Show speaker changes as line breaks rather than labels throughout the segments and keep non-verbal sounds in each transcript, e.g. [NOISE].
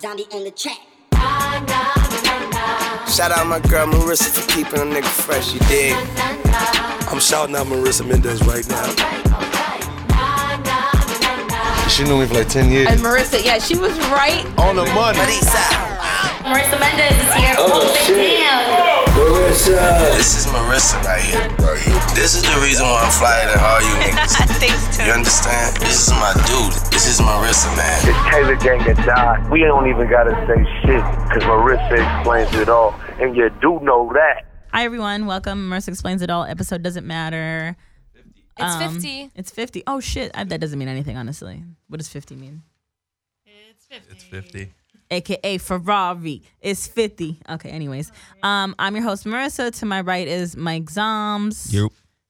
Zombie on the track.
Shout out my girl Marissa for keeping a nigga fresh, you dig?
I'm shouting out Marissa Mendez right now. She knew me for like 10 years.
And Marissa, yeah, she was right.
On the money.
Marissa Mendez is here.
Oh,
Hold
shit.
it down.
Marissa. This is Marissa right here. This is the reason why I'm flyer than all [LAUGHS] you niggas.
Thanks,
You understand? This is my dude. This is Marissa, man.
It's Taylor Gang and Don. We don't even gotta say shit, cause Marissa explains it all. And you do know that.
Hi, everyone. Welcome. Marissa Explains It All. Episode doesn't matter.
It's
Um,
50.
It's 50. Oh, shit. I, that doesn't mean anything, honestly. What does 50 mean?
It's 50.
AKA Ferrari. It's 50. Okay, anyways. Um, I'm your host, Marissa. To my right is Mike Zoms.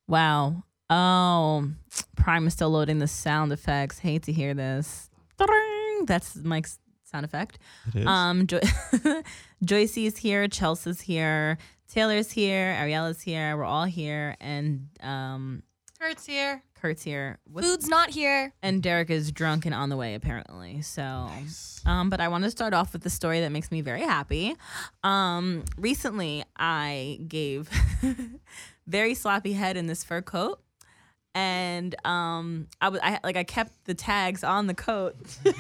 Wow. Oh, Prime is still loading the sound effects. Hate to hear this. Ta-ding! That's Mike's sound effect.
It is.
Um, jo- [LAUGHS] Joycey's here, Chelsea's here, Taylor's here, Ariella's here. We're all here, and um,
Kurt's here.
Kurt's here. What's-
Food's not here.
and Derek is drunk and on the way apparently. So, um, but I want to start off with the story that makes me very happy. Um, recently, I gave [LAUGHS] very sloppy head in this fur coat, and um, I was I like I kept the tags on the coat. [LAUGHS]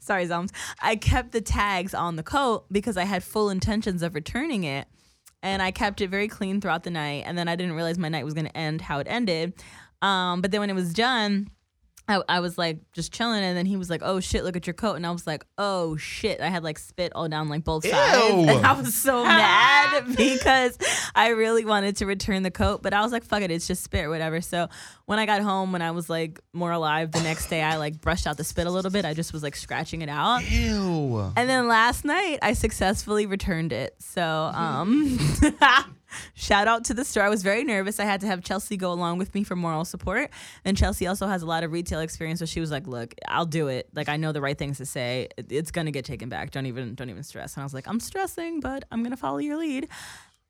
Sorry, Zoms. I kept the tags on the coat because I had full intentions of returning it. And I kept it very clean throughout the night. And then I didn't realize my night was going to end how it ended. Um, but then when it was done, I, I was like just chilling. And then he was like, oh shit, look at your coat. And I was like, oh shit. I had like spit all down like both sides.
Ew.
And I was so mad [LAUGHS] because I really wanted to return the coat. But I was like, fuck it, it's just spit or whatever. So when I got home, when I was like more alive the next day, I like brushed out the spit a little bit. I just was like scratching it out.
Ew.
And then last night, I successfully returned it. So, um, [LAUGHS] shout out to the store. I was very nervous. I had to have Chelsea go along with me for moral support. And Chelsea also has a lot of retail experience, so she was like, "Look, I'll do it. Like, I know the right things to say. It- It's gonna get taken back. Don't even, don't even stress." And I was like, "I'm stressing, but I'm gonna follow your lead."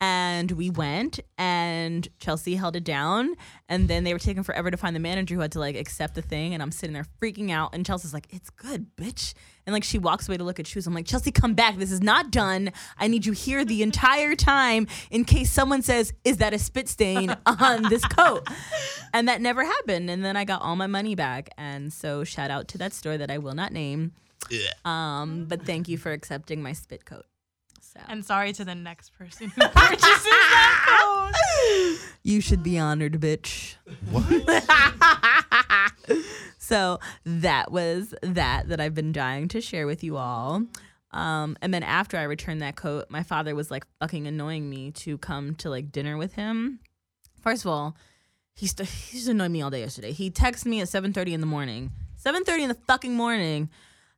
And we went, and Chelsea held it down. And then they were taking forever to find the manager who had to like accept the thing. And I'm sitting there freaking out. And Chelsea's like, It's good, bitch. And like she walks away to look at shoes. I'm like, Chelsea, come back. This is not done. I need you here the entire time in case someone says, Is that a spit stain on this coat? And that never happened. And then I got all my money back. And so shout out to that store that I will not name. Um, but thank you for accepting my spit coat. So
And sorry to the next person who [LAUGHS] purchases that phone.
you should be honored, bitch.
What?
[LAUGHS] so that was that that I've been dying to share with you all. Um, and then after I returned that coat, my father was like fucking annoying me to come to like dinner with him. First of all, he st- he just annoyed me all day yesterday. He texted me at seven thirty in the morning. Seven thirty in the fucking morning.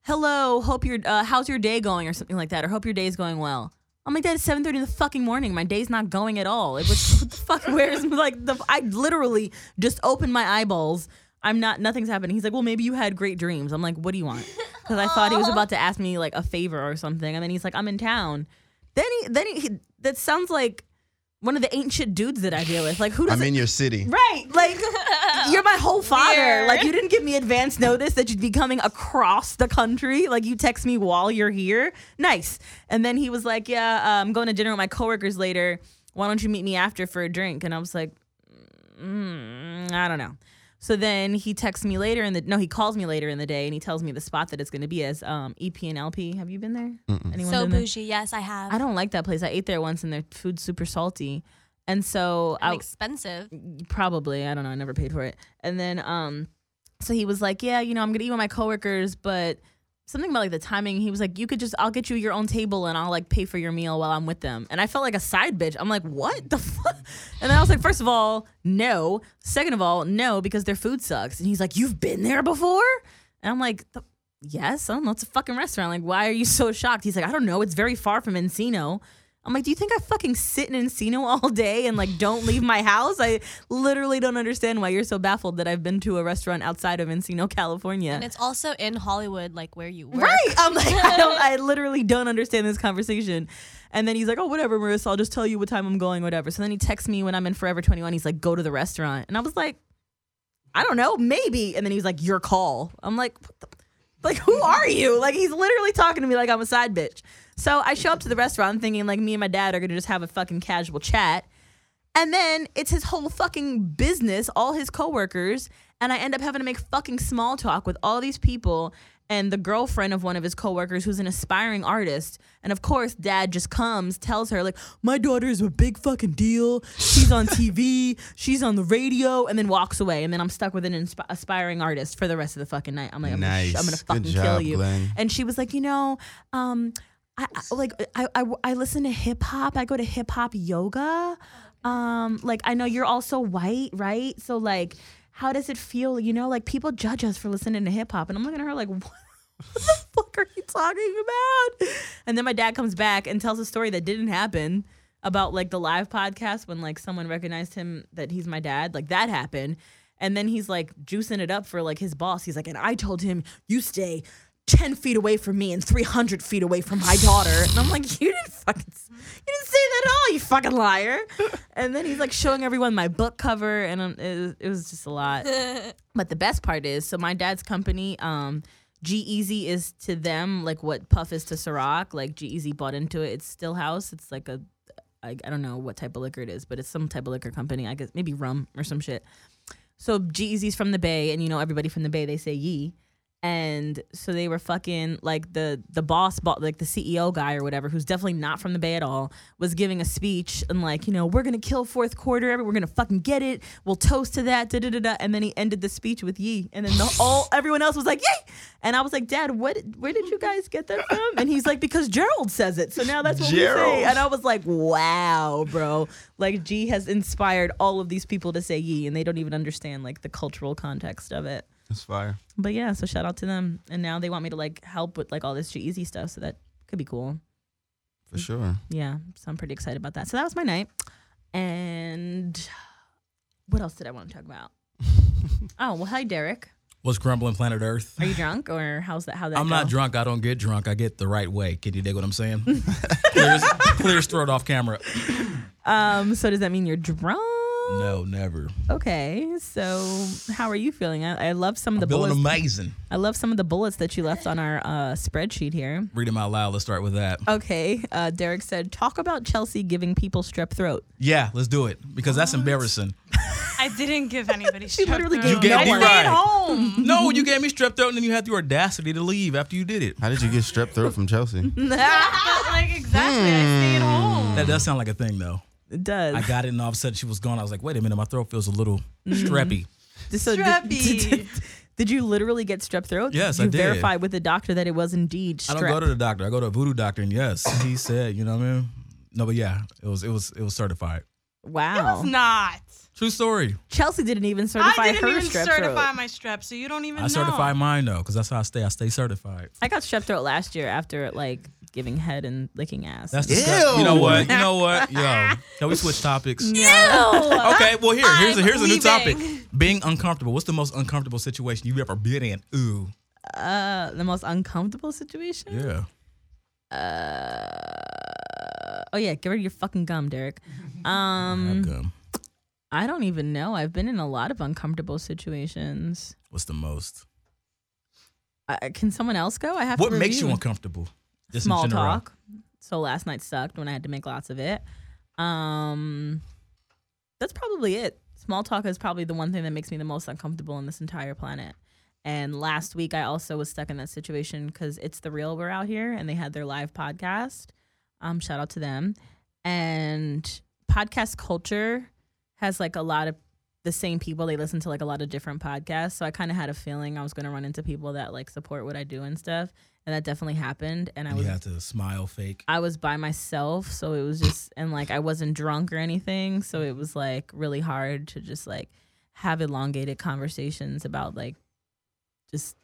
Hello, hope your uh, how's your day going or something like that, or hope your day's going well. I'm like that at seven thirty in the fucking morning. My day's not going at all. It was [LAUGHS] what the fuck. Where's like the I literally just opened my eyeballs. I'm not. Nothing's happening. He's like, well, maybe you had great dreams. I'm like, what do you want? Because I thought he was about to ask me like a favor or something, and then he's like, I'm in town. Then he then he, he that sounds like one of the ancient dudes that I deal with. Like who does
I'm in your city.
Right. Like you're my whole father.
Weird.
Like you didn't give me advance notice that you'd be coming across the country. Like you text me while you're here. Nice. And then he was like, "Yeah, uh, I'm going to dinner with my coworkers later. Why don't you meet me after for a drink?" And I was like, mm, "I don't know." So then he texts me later in the no, he calls me later in the day and he tells me the spot that it's going to be as um, EP and LP. Have you been there? Anyone
So
been there?
[LAUGHS] bougie. Yes, I have.
I don't like that place. I ate there once and their food's super salty. And so
And
I,
expensive.
probably i don't know i never paid for it and then um so he was like yeah you know i'm gonna eat with my coworkers but something about like the timing he was like you could just i'll get you your own table and i'll like pay for your meal while i'm with them and i felt like a side bitch i'm like what the fuck and then i was like first of all no second of all no because their food sucks and he's like you've been there before and i'm like the- yes i don't know it's a fucking restaurant like why are you so shocked he's like i don't know it's very far from encino I'm like, do you think I fucking sit in Encino all day and like don't leave my house? I literally don't understand why you're so baffled that I've been to a restaurant outside of Encino, California.
And it's also in Hollywood, like where you work.
Right. [LAUGHS] I'm like, I, don't, I literally don't understand this conversation. And then he's like, oh, whatever, Marissa, I'll just tell you what time I'm going, whatever. So then he texts me when I'm in Forever 21. He's like, go to the restaurant. And I was like, I don't know, maybe. And then he was like, your call. I'm like, what the- Like, who are you? [LAUGHS] Like, he's literally talking to me like I'm a side bitch. So I show up to the restaurant thinking, like, me and my dad are gonna just have a fucking casual chat. And then it's his whole fucking business, all his coworkers, and I end up having to make fucking small talk with all these people and the girlfriend of one of his coworkers who's an aspiring artist. And of course, dad just comes, tells her like, "My daughter is a big fucking deal.
[LAUGHS]
She's on TV, she's on the radio," and then walks away. And then I'm stuck with an insp- aspiring artist for the rest of the fucking night. I'm like, "I'm gonna, sh-
Nice.
I'm gonna
Good
fucking kill
job,
you."
Glenn.
And she was like, "You know, um, I, I like I, I I listen to hip hop. I go to hip hop yoga. Um, like I know you're also white, right? So like, how does it feel? You know, like people judge us for listening to hip hop, and I'm looking at her like, what the fuck are you talking about? And then my dad comes back and tells a story that didn't happen about like the live podcast when like someone recognized him that he's my dad. Like that happened. And then he's like juicing it up for like his boss. He's like, and I told him, you stay 10 feet away from me and 300 feet away from my daughter. And I'm like, you didn't fucking, you didn't say that at all, you fucking liar. And then he's like showing everyone my book cover. And um, it, was- it was just a lot. But the best part is, so my dad's company, um, G Easy is to them like what Puff is to Ciroc. Like G Easy bought into it. It's still house. It's like a, I, I don't know what type of liquor it is, but it's some type of liquor company. I guess maybe rum or some shit. So G Easy's from the Bay, and you know everybody from the Bay. They say Yee. And so they were fucking like the the boss, bo- like the CEO guy or whatever, who's definitely not from the Bay at all, was giving a speech and like you know we're gonna kill fourth quarter, every- we're gonna fucking get it, we'll toast to that, da da da da. And then he ended the speech with yee, and then the, all everyone else was like yay, and I was like Dad, what? Where did you guys get that from? And he's like because Gerald says it, so now that's what we
Gerald.
say. And I was like wow, bro, like G has inspired all of these people to say yee, and they don't even understand like the cultural context of it.
That's fire.
But yeah, so shout out to them. And now they want me to like help with like all this G-Eazy stuff, so that could be cool. Mm-hmm.
For sure.
Yeah, so I'm pretty excited about that. So that was my night. And what else did I want to talk about?
[LAUGHS]
oh well, hi Derek.
What's crumbling planet Earth?
Are you drunk or how's that? How that?
I'm
go?
not drunk. I don't get drunk. I get the right way. Can you dig what I'm saying? [LAUGHS]
Mm-hmm.
clear, his, clear his throat off camera.
Um, so does that mean you're drunk?
No, never.
Okay, so how are you feeling? I, I love some of the
I'm feeling
bullets.
amazing.
I love some of the bullets that you left on our uh, spreadsheet here.
Read them out loud. Let's start with that.
Okay, uh, Derek said, talk about Chelsea giving people strep throat.
Yeah, let's do it because that's embarrassing.
I didn't
[LAUGHS]
give anybody. she
literally
You
gave
gave
no
me
one.
right.
home. [LAUGHS]
No, you gave me strep throat and then you had the audacity to leave after you did it.
How did you get strep throat from Chelsea?
Mm-hmm.
But, like exactly,
Hmm.
I stay at home.
That does sound like a thing though.
It does.
I got it and all of a sudden she was gone. I was like, wait a minute, my throat feels a little streppy.
So
[LAUGHS]
did-
Strappy.
Did, did- did you literally get strep throat?
Yes,
you
I did.
verified with the doctor that it was indeed strep.
I don't go to the doctor. I go to a voodoo doctor and yes, he said, you know what I mean? No, but yeah, it was it was it was certified.
wow.
It's not.
True story.
Chelsea didn't even certify
I didn't
her
even
strep
certify
throat.
my strep, so you don't even
I
know.
certify mine though, because that's how I stay. I stay certified.
I got strep throat last year after like giving head and licking ass.
That's
Ew.
disgusting. You know what? You know what? Yo, can we switch topics? Okay. Well, here, here's a, here's a new topic. Being uncomfortable. What's the most uncomfortable situation you've ever been in? Ooh. Mm.
uh, the most uncomfortable situation.
Yeah.
Oh yeah, get rid of your fucking gum,
[LAUGHS]
Derek. Um,
Gum.
I don't even know. I've been in a lot of uncomfortable situations.
What's the most?
I, can someone else go? I have
What
to
makes you
review.
uncomfortable? Just in
small
general.
talk. So last night sucked when I had to make lots of it. Um, that's probably it. Small talk is probably the one thing that makes me the most uncomfortable on this entire planet. And last week I also was stuck in that situation because it's the real we're out here, and they had their live podcast. Um, shout out to them. And podcast culture has like a lot of the same people. They listen to like a lot of different podcasts. So I kind of had a feeling I was going to run into people that like support what I do and stuff. And that definitely happened. And I
And
was
you have to smile fake.
I was by myself, so it was just and like I wasn't drunk or anything, so it was like really hard to just like have elongated conversations about like just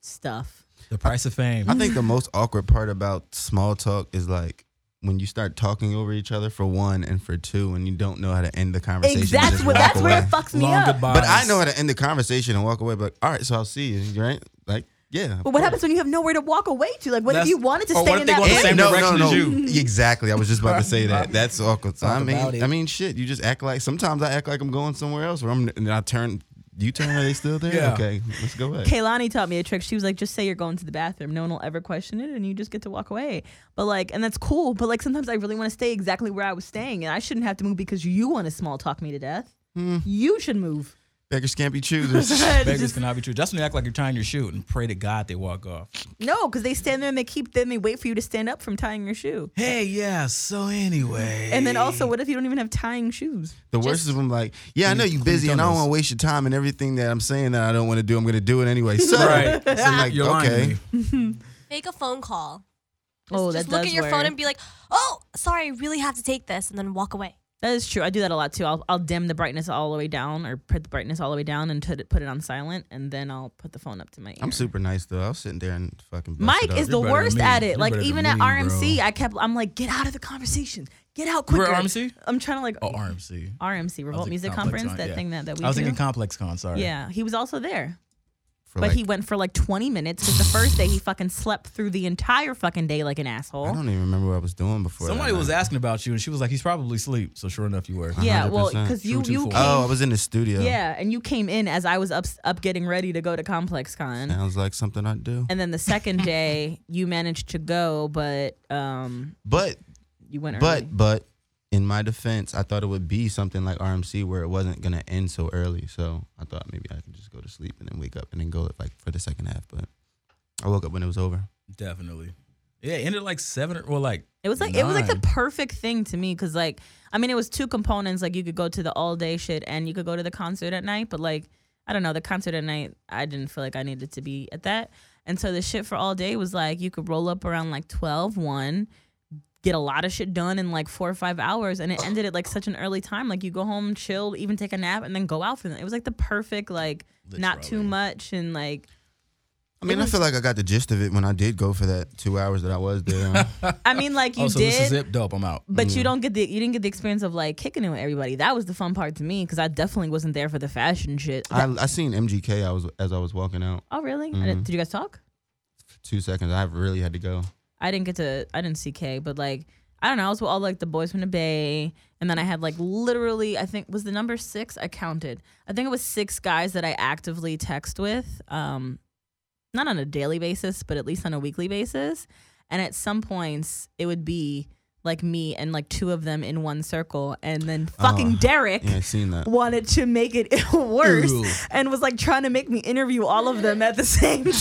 stuff.
The price of fame.
I think the most awkward part about small talk is like when you start talking over each other for one and for two, and you don't know how to end the conversation. you
That's
just
what
walk
that's where
away.
it fucks me
Long
up.
goodbyes.
But I know how to end the conversation and walk away. But all right, so I'll see you, right? Like, yeah. of
But what
course.
happens when you have nowhere to walk away to? Like, what if
That's-
you wanted to
or
stay
Oh, what
in
if they
that
go to
And-
the same
no,
place?
direction
no,
as
no.
you.
Exactly. I was just about to say that. That's awkward. So, I
Talk about
mean,
it.
I mean, shit. You just act like sometimes I act like I'm going somewhere else, or I'm and I turn U turn? Are they still there?
Yeah.
Okay, let's go back.
Kaylani taught me a trick. She was like, just say you're going to the bathroom. No one will ever question it, and you just get to walk away. But like, and that's cool. But like, sometimes I really want to stay exactly where I was staying, and I shouldn't have to move because you want to small talk me to death.
Hmm.
You should move.
Beggars can't be
[LAUGHS]
choosers.
Beggars cannot be true. That's when you act like you're tying your shoe and pray to God they walk off.
No, because they stand there and they keep them. They wait for you to stand up from tying your shoe.
Hey, yeah. So anyway,
And then also, what if you don't even have tying shoes?
The worst is when I'm like, yeah, I know you
Please
busy and I don't
don't
want to waste your time and everything that I'm saying that I don't want to do, I'm gonna do it anyway. So,
[LAUGHS] Right.
[LAUGHS] so I'm like,
You're lying to
okay,
me.
Make a phone call.
oh,
Just
that
look
does
at your phone
work.
and be like, "Oh, sorry, I really have to take this," and then walk away.
That is true. I do that a lot too. I'll, I'll dim the brightness all the way down or put the brightness all the way down and put it, put it on silent, and then I'll put the phone up to my ear.
I'm super nice though. I was sitting there and fucking. bust it
Mike
up.
is the
better than
worst
me.
at
You're
it. Like
better than
even at
me,
RMC,
bro.
I kept. I'm like, get out of the conversation. Get out
We're
quicker.
at RMC?
I'm trying to like
Oh, RMC.
RMC
I was
Revolt
thinking
Music
Complex
Conference.
Con,
That
yeah.
thing that that we
I was
do.
thinking Complex Con. Sorry.
yeah, he was also there,
For
but
like-
he went for like 20 minutes because the first day he fucking slept through the entire fucking day like an
I
asshole.
don't even remember what I was doing before. that
Somebody was
night.
asking about you, and she was like, "He's probably asleep." So sure enough, you were.
Yeah, well,
100%.
because you
True to
you
form.
came,
Oh, I was in the studio.
yeah, and you came in as I was up up getting ready to go to Complex Con.
Sounds like something I'd do.
And then the second day, you managed to go, but um,
But
you went early.
but but in my defense, I thought it would be something like RMC where it wasn't gonna end so early. So I thought maybe I could just go to sleep and then wake up and then go like for the second half. But I woke up when it was over.
Definitely. Yeah, it ended like seven or well, like
It was like it was like
Nine.
the perfect thing to me because like I mean it was two components like you could go to the all day shit and you could go to the concert at night but like I don't know the concert at night I didn't feel like I needed to be at that and so the shit for all day was like you could roll up around like 12 1 get a lot of shit done in like 4 or 5 hours and it ended at like such an early time like you go home chill even take a nap and then go out for them. It was like the perfect like not too
Literally.
much and like
I mean, I feel like I got the gist of it when I did go for that two hours that I was there. Um,
[LAUGHS] I mean like you
oh, so
did
this is it. Dope. I'm out.
But
Mm-hmm.
you don't get the you didn't get the experience of like kicking it with everybody. That was the fun part to me because I definitely wasn't there for the fashion shit.
I, Mm-hmm. I seen MGK. I was as I was walking out
oh really? I didn't- did you guys talk?
for two seconds. I really had to go.
I didn't get to I didn't see K, but like I don't know. I was with all like the boys from the Bay, and then I had like literally I think was the number six. I counted. I think it was six guys that I actively text with, um, not on a daily basis, but at least on a weekly basis. And at some points, it would be like me and like two of them in one circle, and then fucking
Oh,
Derek.
Yeah, I seen
[LAUGHS]
that.
wanted to make it worse
Ew.
and was like trying to make me interview all of them at the same [LAUGHS] time.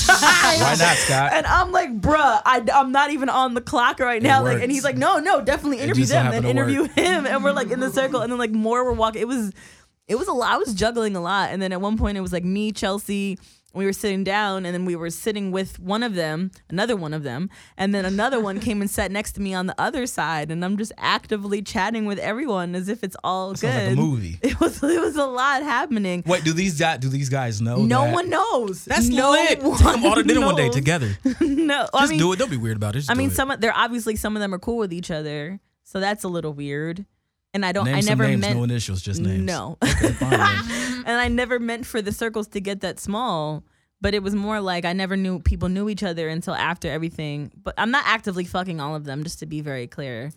Why not, Scott?
And I'm like, bruh, I, am not even on the clock right now. Like, and
works.
he's like, no, no, definitely interview
just so
them.
happened
Then
to
interview
work.
him. And we're like in the circle. And then like more were walking. It was, it was a lot. I was juggling a lot. And then at one point it was like me, Chelsea. We were sitting down, and then we were sitting with one of them, another one of them, and then another one came and sat next to me on the other side, and I'm just actively chatting with everyone as if it's all good.
Sounds like a movie.
[LAUGHS] It was it was a lot happening.
Wait, do these guys, do these guys know?
no
that?
one knows.
That's
no [LAUGHS]
lit. Take them all to dinner one day
knows.
together. Just
[LAUGHS] no, I mean,
do it. Don't be weird about it. Just
I
do
mean,
it.
some of- they're obviously some of them are cool with each other, so that's a little weird. And I don't.
Name
I
some
never
names,
meant
no initials, just names.
No. [LAUGHS]
Okay, fine.
and I never meant for the circles to get that small. But it was more like I never knew people knew each other until after everything. But I'm not actively fucking all of them, just to be very clear.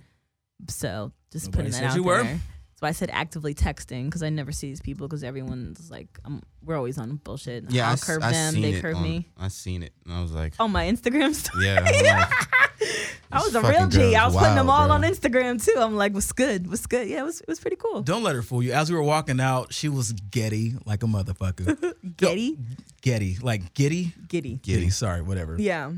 So just
Nobody
putting that
says
out
you
there.
were.
So I said actively texting because I never see these people because everyone's like, i we're always on bullshit.
Yeah,
I'll
s-
curve them,
seen
they
it
curve
on-
me. Oh.
I seen it and I was like,
On my Instagram [LAUGHS] story.
yeah. I'm like,
I
this
was a real
fucking
G. I
girl's
was putting them all
wild,
on
bro.
Instagram too. I'm like, what's good? What's good? Yeah, it was, it was pretty cool.
Don't let her fool you. As we were walking out, she was getty like a
[LAUGHS]
motherfucker.
Getty?
getty, like giddy,
Giddy.
giddy. Sorry, whatever.
Yeah.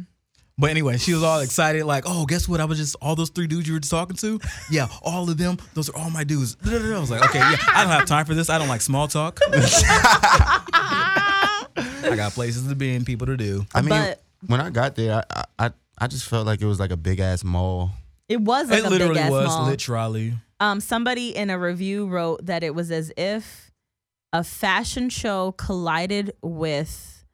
But anyway, she was all excited, like, "Oh, guess what? I was just all those three dudes you were just talking to. Yeah, all of them. Those are all my dudes." I was like, "Okay, yeah, I don't have time for this. I don't like small talk. [LAUGHS] I got places to be and people to do."
[LAUGHS]
I mean,
But-
when I got there, I, I I just felt like it was like a big ass mall.
It was like
it
a
literally
big ass
was
mall.
literally.
Um, somebody in a review wrote that it was as if a fashion show collided with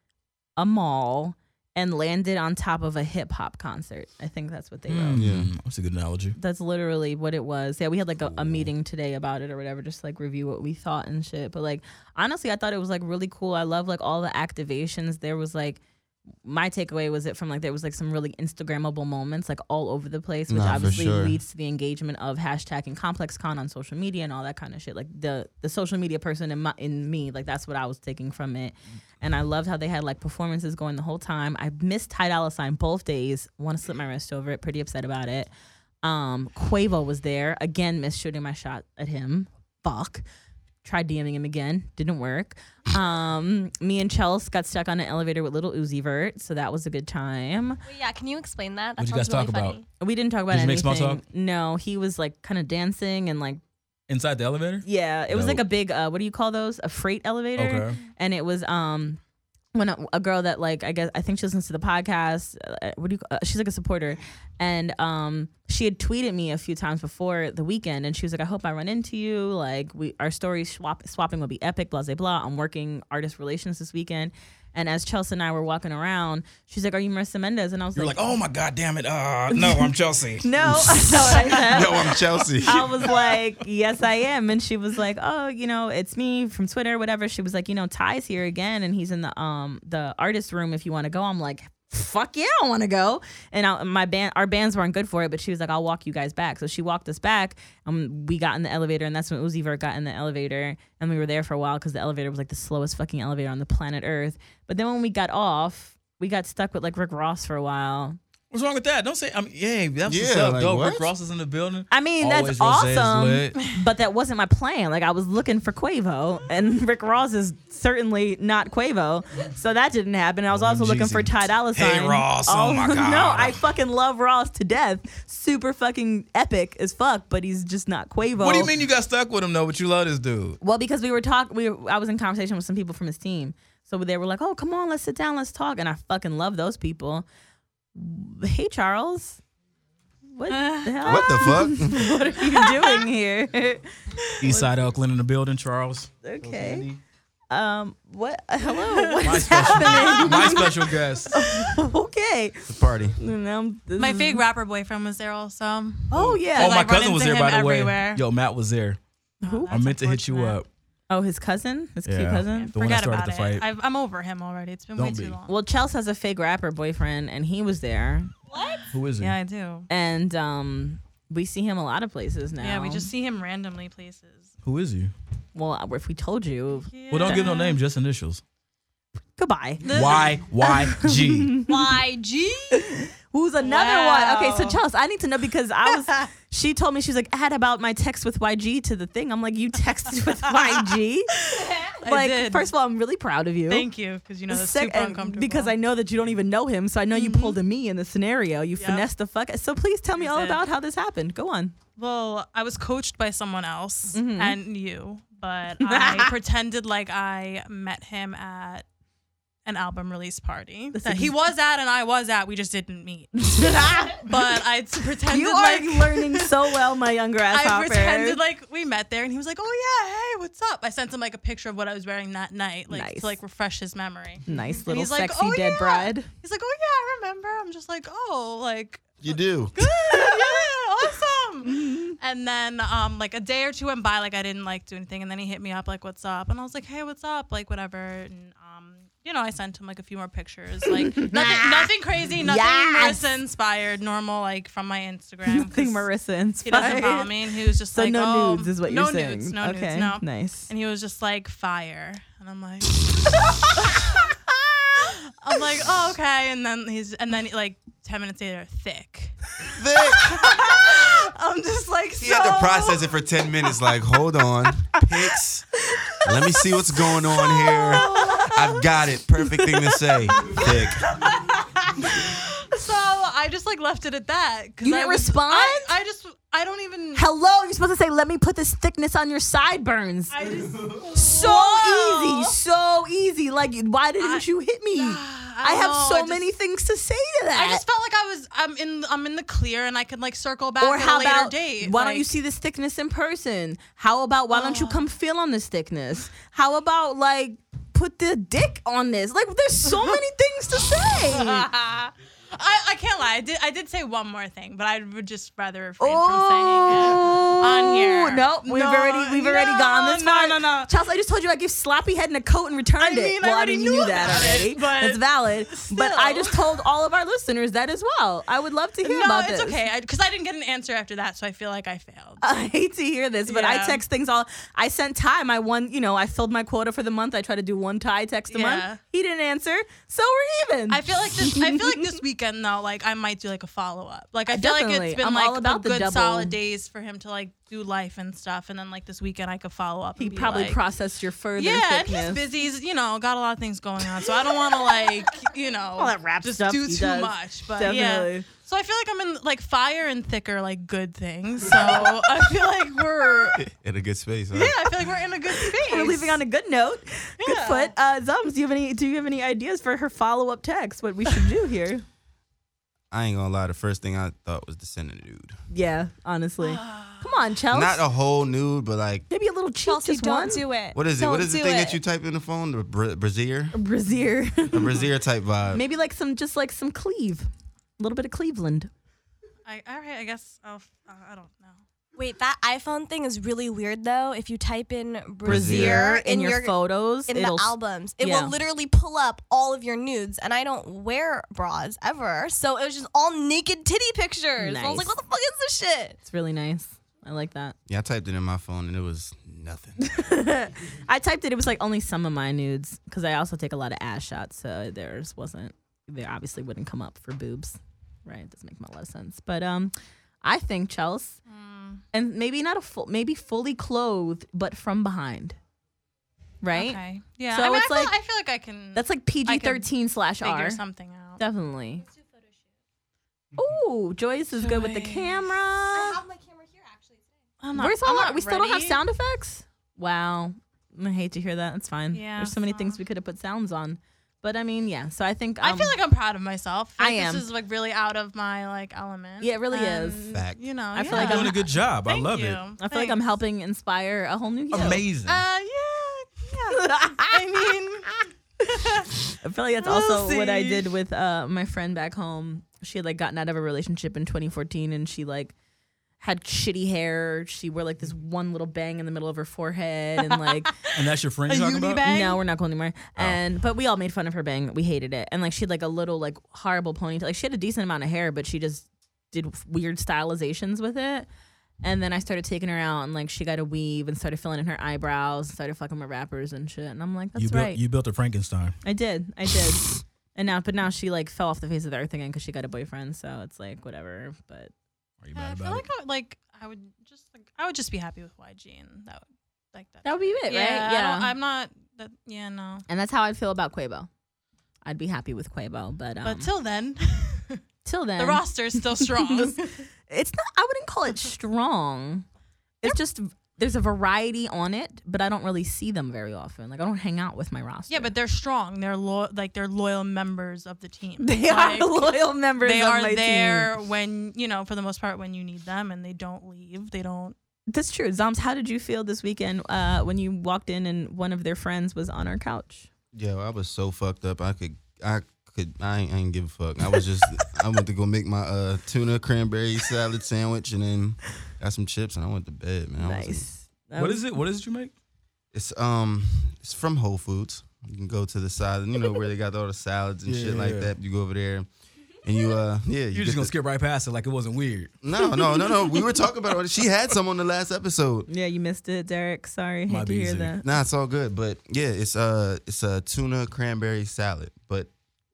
a mall and landed on top of a hip hop concert. I think that's what they
Hmm.
wrote.
Mm, that's a good analogy.
That's literally what it was. Yeah, we had like a, a meeting today about it or whatever, just like review what we thought and shit. But like honestly, I thought it was like really cool. I love like all the activations. There was like my takeaway was it from like there was like some really Instagrammable moments like all over the place, which
Nah, for
obviously
sure.
leads to the engagement of hashtag and complex con on social media and all that kind of shit. Like the the social media person in my in me, like that's what I was taking from it. And I loved how they had like performances going the whole time. I missed Ty Dolla Sign both days. Want to slip my wrist over it. Pretty upset about it. Um, Quavo was there again. Missed shooting my shot at him. Fuck tried DMing him again, didn't work. Um, me and Chels got stuck on an elevator with little Uzi Vert, so that was a good time.
Wait, yeah, can you explain that? That
What'd you
sounds
guys
really
talk about?
funny.
We didn't talk about
Did you
anything.
make small talk?
No, he was like kind of dancing and like
Inside the elevator?
yeah, it was like
Dope.
a big uh, what do you call those? A freight elevator.
Okay.
And it was um when a, a girl that like I guess I think she listens to the podcast. Uh, what do you? Uh, she's like a supporter, and um she had tweeted me a few times before the weekend, and she was like, "I hope I run into you. Like we our stories swap, swapping will be epic. Blah blah blah. I'm working artist relations this weekend." And as Chelsea and I were walking around, she's like, "Are you Marissa Mendez?" And I was
You're
like,
like, oh my god, damn it. Uh, no, I'm Chelsea.
[LAUGHS]
[LAUGHS]
no, I know what I said.
No, I'm
[LAUGHS]
Chelsea.
I was like, yes, I am. And she was like, oh, you know, it's me from Twitter, whatever. She was like, you know, Ty's here again, and he's in the um the artist room. If you want to go, I'm like, fuck yeah, I want to go. And I, my band, our bands weren't good for it, but she was like, I'll walk you guys back. So she walked us back. Um, we got in the elevator, and that's when Uzi Vert got in the elevator, and we were there for a while because the elevator was like the slowest fucking elevator on the planet Earth. But then when we got off, we got stuck with like Rick Ross for a while.
What's wrong with that? Don't say I'm yeah, that's what's
Yeah,
up,
like,
dope.
what?
Rick Ross is in the building.
I mean,
Always
that's
Rose's
awesome,
lit.
[LAUGHS] but that wasn't my plan. Like, I was looking for Quavo, and [LAUGHS] Rick Ross is certainly not Quavo, so that didn't happen. I was also looking for Ty Dolla Sign.
Hey, Ross, oh my God.
[LAUGHS] No, I fucking love Ross to death. Super fucking epic as fuck, but he's just not Quavo.
What do you mean you got stuck with him though? But you love this dude.
Well, because we were talking, we were, I was in conversation with some people from his team, so they were like, "Oh, come on, let's sit down, let's talk," and I fucking love those people. Hey, Charles. What the hell?
What
Ah.
the fuck?
what are you doing here? [LAUGHS]
Eastside Oakland in the building, Charles.
[LAUGHS]
Okay. Um. What? [LAUGHS] Hello. What
My
is
special,
happening?
my special guest.
[LAUGHS]
okay.
The party.
And I'm- this
My
is-
Mm-hmm.
big rapper boyfriend was there also.
Oh yeah.
Oh,
like,
my
run
cousin was
into
there by
him
the way.
everywhere. Oh,
Yo, Matt was there.
Who?
I meant to hit you
unfortunate.
up.
Oh, his cousin. His cute
Yeah.
cousin.
The one that
Forget
started
about
the
it.
fight.
I've, I'm over him already. It's been way
Don't
too
be.
long.
Well, Chels has a fake rapper boyfriend, and he was there,
Who is he?
yeah, I do.
and um, we see him a lot of places now.
Yeah, we just see him randomly places.
Who is he?
Well, uh, if we told you,
Well, don't give no name, just
[LAUGHS]
initials.
goodbye.
Y Y
[LAUGHS]
G. [LAUGHS]
Who's another one? Okay, so Chels, I need to know because I
[LAUGHS]
was. she told me she was like, add about my text with YG to the thing. I'm like, you texted
[LAUGHS]
with YG. like,
did.
first of all, I'm really proud of you.
Thank you, because you know that's
Sec-
super
and
uncomfortable. Mm-hmm.
because I know that you don't even know him, so I know you pulled a me in the scenario. You
Yep.
finessed the fuck. So please tell me all
did.
about how this happened. Go on.
Well, I was coached by someone else
Mm-hmm.
and you, but
[LAUGHS]
I pretended like I met him at an album release party that he was at and I was at. We just didn't meet.
[LAUGHS]
but I t- pretended
You are
like
learning so well, my younger
[LAUGHS] I
asshopper.
pretended like we met there, and he was like, "Oh yeah, hey, what's up?" I sent him like a picture of what I was wearing that night, like
Nice.
to like refresh his memory.
nice
And
little
he's like,
sexy
"Oh,
dead
yeah."
bride.
He's like, "Oh yeah, I remember." I'm just like, "Oh, like [LAUGHS]
You do.
yeah,
[LAUGHS]
awesome. And then um, like a day or two went by, like I didn't like do anything, and then he hit me up like, "What's up?" And I was like, "Hey, what's up?" Like whatever. And um, you know, I sent him like a few more pictures,
[LAUGHS]
like nothing, nothing crazy, nothing
Yes.
Marissa inspired, normal like from
[LAUGHS]
my Instagram.
Nothing
'cause
Marissa
He
inspired.
doesn't follow me, and he was just
So
like,
no
oh,
nudes is what
no
you're saying.
nudes, no
okay,
nudes, no.
nice.
And he was just like, fire. And I'm [LAUGHS] like, I'm like, oh, okay. And then he's, and then like 10 minutes later, thick. I'm just like,
He had to process it for 10 minutes. Like, hold on. Pics. Let me see what's going on here. I've got it. Perfect thing to say. Thick.
so I just like left it at that. 'cause
You
I
didn't
was-
respond?
I, I just, I don't even.
Hello, you're supposed to say, "Let me put this thickness on your sideburns."
I just,
so
Whoa.
easy, so easy. Like, why didn't you hit me? I, have
don't know,
so
[SIGHS] I just-
many things to say to that.
I just felt like I was, I'm in, I'm in the clear, and I could like circle back
or
at
how
a later
about
date.
why
Like,
don't you see this thickness in person? How about why don't you come feel on this thickness? How about
[LAUGHS]
like put the dick on this? Like, there's so many things to say.
I ah. I, I can't lie. I did I did say one more thing, but I would just rather refrain from
Oh,
saying it on here.
No, we've
No,
already we've already
no,
gone this
no,
far.
no, no.
Chelsea, I just told you I gave sloppy head and a coat and returned
mean,
it.
I
Well,
already
mean, you
knew
knew that
about it,
already.
but
That's valid. But I just told all of our listeners that as well. I would love to hear
No,
about
it's
this. Uh,
okay. Because I, didn't get an answer after that, so I feel like I failed.
[LAUGHS] I hate to hear this, but I
Yeah.
text things all. I sent time. I won. You know, I filled my quota for the month. I try to do one tie text a
Yeah.
month. He didn't answer, so we're even.
I feel like this. I feel
[LAUGHS]
like this weekend though, like I might do like a follow up. Like I feel like
Definitely.
it's been
I'm
like
all about
a
the
good
double.
solid days for him to like do life and stuff, and then like this weekend I could follow up.
he
and be
probably
like,
processed your further.
Yeah, and
thickness.
he's busy. He's you know got a lot of things going on, so I don't
[LAUGHS]
want to like you know
All that rap
just
stuff
do
he
too
does.
much. But yeah,
Definitely.
so I feel like I'm in like fire and thicker like good things. So I feel like
[LAUGHS]
we're
[LAUGHS] In a good space. Huh?
yeah, I feel like we're in a good space.
We're leaving on a good note. Good
Yeah.
foot. Uh, Zums, do you have any? Do you have any ideas for her follow up text? What we should
[LAUGHS]
do here?
I ain't gonna lie. The first thing I thought was to send a nude.
Yeah,
[SIGHS]
honestly. Come on, Chelsea.
Not a whole nude, but like
Maybe a little cheek,
Chelsea,
just
don't
one.
do it.
what is it?
Don't
What is the
do
thing
it.
that you type in the phone? The bra- brazier,
A brazier.
a brazier type vibe.
Maybe like some, just like some cleave. A little bit of Cleveland.
I, all right, I guess I'll. f- Uh, I don't know.
Wait, that iPhone thing is really weird though. If you type in
Brazier
Brazier
in, your, photos.
in the
it'll s-
albums, it
yeah.
will literally pull up all of your nudes, and I don't wear bras ever, so it was just all naked titty pictures. I was
Nice.
like, what the fuck is this shit?
It's really nice. I like that.
Yeah, I typed it in my phone and it was nothing.
I typed it. It was like only some of my nudes because I also take a lot of ass shots, so theirs wasn't. They obviously wouldn't come up for boobs, right? It doesn't make a lot of sense. But um, I think Chels,
Mm.
and maybe not a full, maybe fully clothed, but from behind, right?
Okay. Yeah.
So
I mean,
it's
I feel,
like-
I feel like I can.
That's like PG thirteen slash
figure
R.
something out.
Definitely. Ooh, Joyce is good with the
Joyce.
camera.
I'm not,
Where's
I'm
all our,
not
we still don't have
ready.
sound effects? Wow. I hate to hear that. That's fine.
Yeah,
There's so many
so-
things we could have put sounds on. But I mean, yeah. So I think
I
um,
feel like I'm proud of myself.
I
Like,
am.
This is like really out of my like element.
Yeah, it really
And,
is.
Fact.
You know,
I feel
yeah.
like
You're doing
I'm-
a good job. I
Thank
love
you.
it.
I feel like I'm
Thanks.
helping inspire a whole new you.
Amazing.
Uh, yeah, yeah.
[LAUGHS]
I mean,
I feel like that's
We'll
also what I
see.
did with uh, my friend back home. She had like gotten out of a relationship in 2014, and she like had shitty hair. She wore like this one little bang in the middle of her forehead, and
[LAUGHS]
like
and that's your friend you're talking about?
bag?
No, we're not going
Oh.
anymore. And but we all made fun of her bang. We hated it. And like she had like a little like horrible ponytail. Like she had a decent amount of hair, but she just did weird stylizations with it. And then I started taking her out, and like she got a weave and started filling in her eyebrows, and started fucking with rappers and shit. And I'm like, that's
You built,
right.
you built a Frankenstein.
I did, I
[LAUGHS]
did. and now, but now she like fell off the face of the earth again because she got a boyfriend. So it's like whatever. But
Are you
[LAUGHS] I
mad
feel
about
like
it?
I would, like I would just like I would just be happy with YG and that would like that.
that would be it,
yeah,
right?
I don't,
Yeah.
I'm not. That, yeah, no.
and that's how I feel about Quavo. I'd be happy with Quavo, but um,
But till then, [LAUGHS]
till then,
the roster is
[LAUGHS]
still strong. [LAUGHS]
it's not i wouldn't call it strong it's just there's a variety on it but i don't really see them very often like i don't hang out with my roster
yeah, but they're strong. They're lo- like they're loyal members of the team.
[LAUGHS] they
Like,
are [LAUGHS] loyal members
They
of
are
my
there
team
when you know, for the most part, when you need them, and they don't leave.
[LAUGHS]
They don't.
that's true zoms how did you feel this weekend uh, when you walked in and one of their friends was on our couch
Yo, I was so fucked up. I could, I could, I ain't, I ain't give a fuck. I was just, I went to go make my uh, tuna cranberry salad sandwich and then got some chips and I went to bed, man. I was-
nice That
What
was-
is it? What is it you make?
it's um, it's from Whole Foods. You can go to the side, you know where they got all the salads and shit
[LAUGHS] Yeah.
like that. You go over there, and you uh, yeah, you
You're
get
just gonna
the-
skip right past it like it wasn't weird.
No, no, no, no. We were talking about it. She had some on the last episode.
yeah you missed it derek sorry
Might
had to
be
hear
easy.
that
Nah, it's all good. But yeah, it's uh it's a tuna cranberry salad. But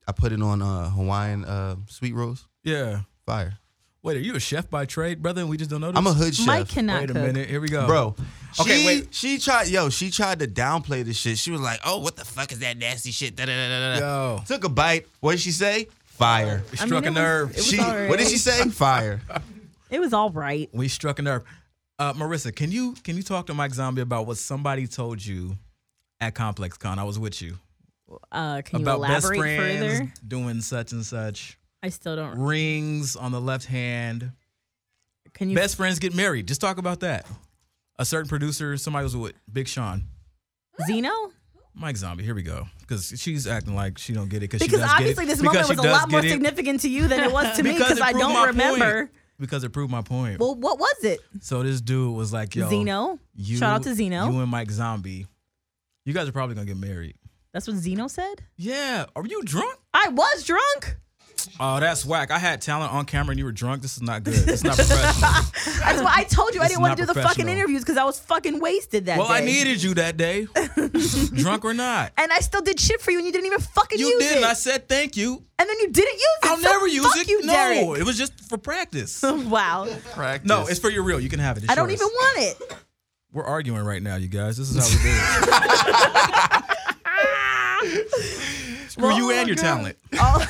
I put it on uh Hawaiian uh sweet rolls.
Yeah.
Fire.
Wait, are you a chef by trade, brother? And we just don't know this.
I'm a hood chef.
mike cannot
Wait a
cook
minute. Here we go,
Bro.
Okay,
she,
wait.
She tried yo, she tried to downplay this shit. She was like, Oh, what the fuck is that nasty shit? Da, da, da, da, da.
Yo,
Took a bite. What did she say? Fire.
we
I mean,
struck
it
a
was-
nerve.
it was
She
all right.
what did she say? Fire.
it was all right
we struck a nerve. Uh, Marissa, can you can you talk to Mike Zombie about what somebody told you at Complex Con? I was with you
uh, can you
about best
elaborate
friends
further
doing such and such
i still don't
rings on the left hand.
can you
Best friends get married. Just talk about that. A certain producer, somebody was with Big Sean.
Zeno?
Mike Zombie, here we go, because she's acting like she don't get it. Cause she
Because
does get it.
obviously this
Because
moment
she
was a
does
lot more
get it.
significant to you than it
[LAUGHS]
was to me because
it
I
proved
don't
my
remember.
point. Because it proved my point.
Well, what was it?
so this dude was like, "Yo,
Zeno.
you,
Shout out to Zeno.
you and Mike Zombie, you guys are probably gonna get married."
That's what Zeno said.
Yeah, are you drunk?
I was drunk.
Oh, that's whack. I had talent on camera and you were drunk. This is not good. It's not professional.
That's why I told you I
This
didn't
is
want
not
to do the fucking
professional.
interviews because I was fucking wasted [LAUGHS] that
well,
day.
I needed you that
[LAUGHS]
day, drunk or not.
And I still did shit for you, and you didn't even fucking
You
use
didn't.
it.
I said thank you.
and then you didn't use it.
I'll
so
never use
fuck
it.
You,
no,
Derek.
it was just for
[LAUGHS]
practice. [LAUGHS]
wow.
Practice.
No, it's for your real. You can have it. It's
I don't
yours.
even want it.
We're arguing right now, you guys. This is how we do
[LAUGHS]
it. Screw
Oh
you and your talent.
Al-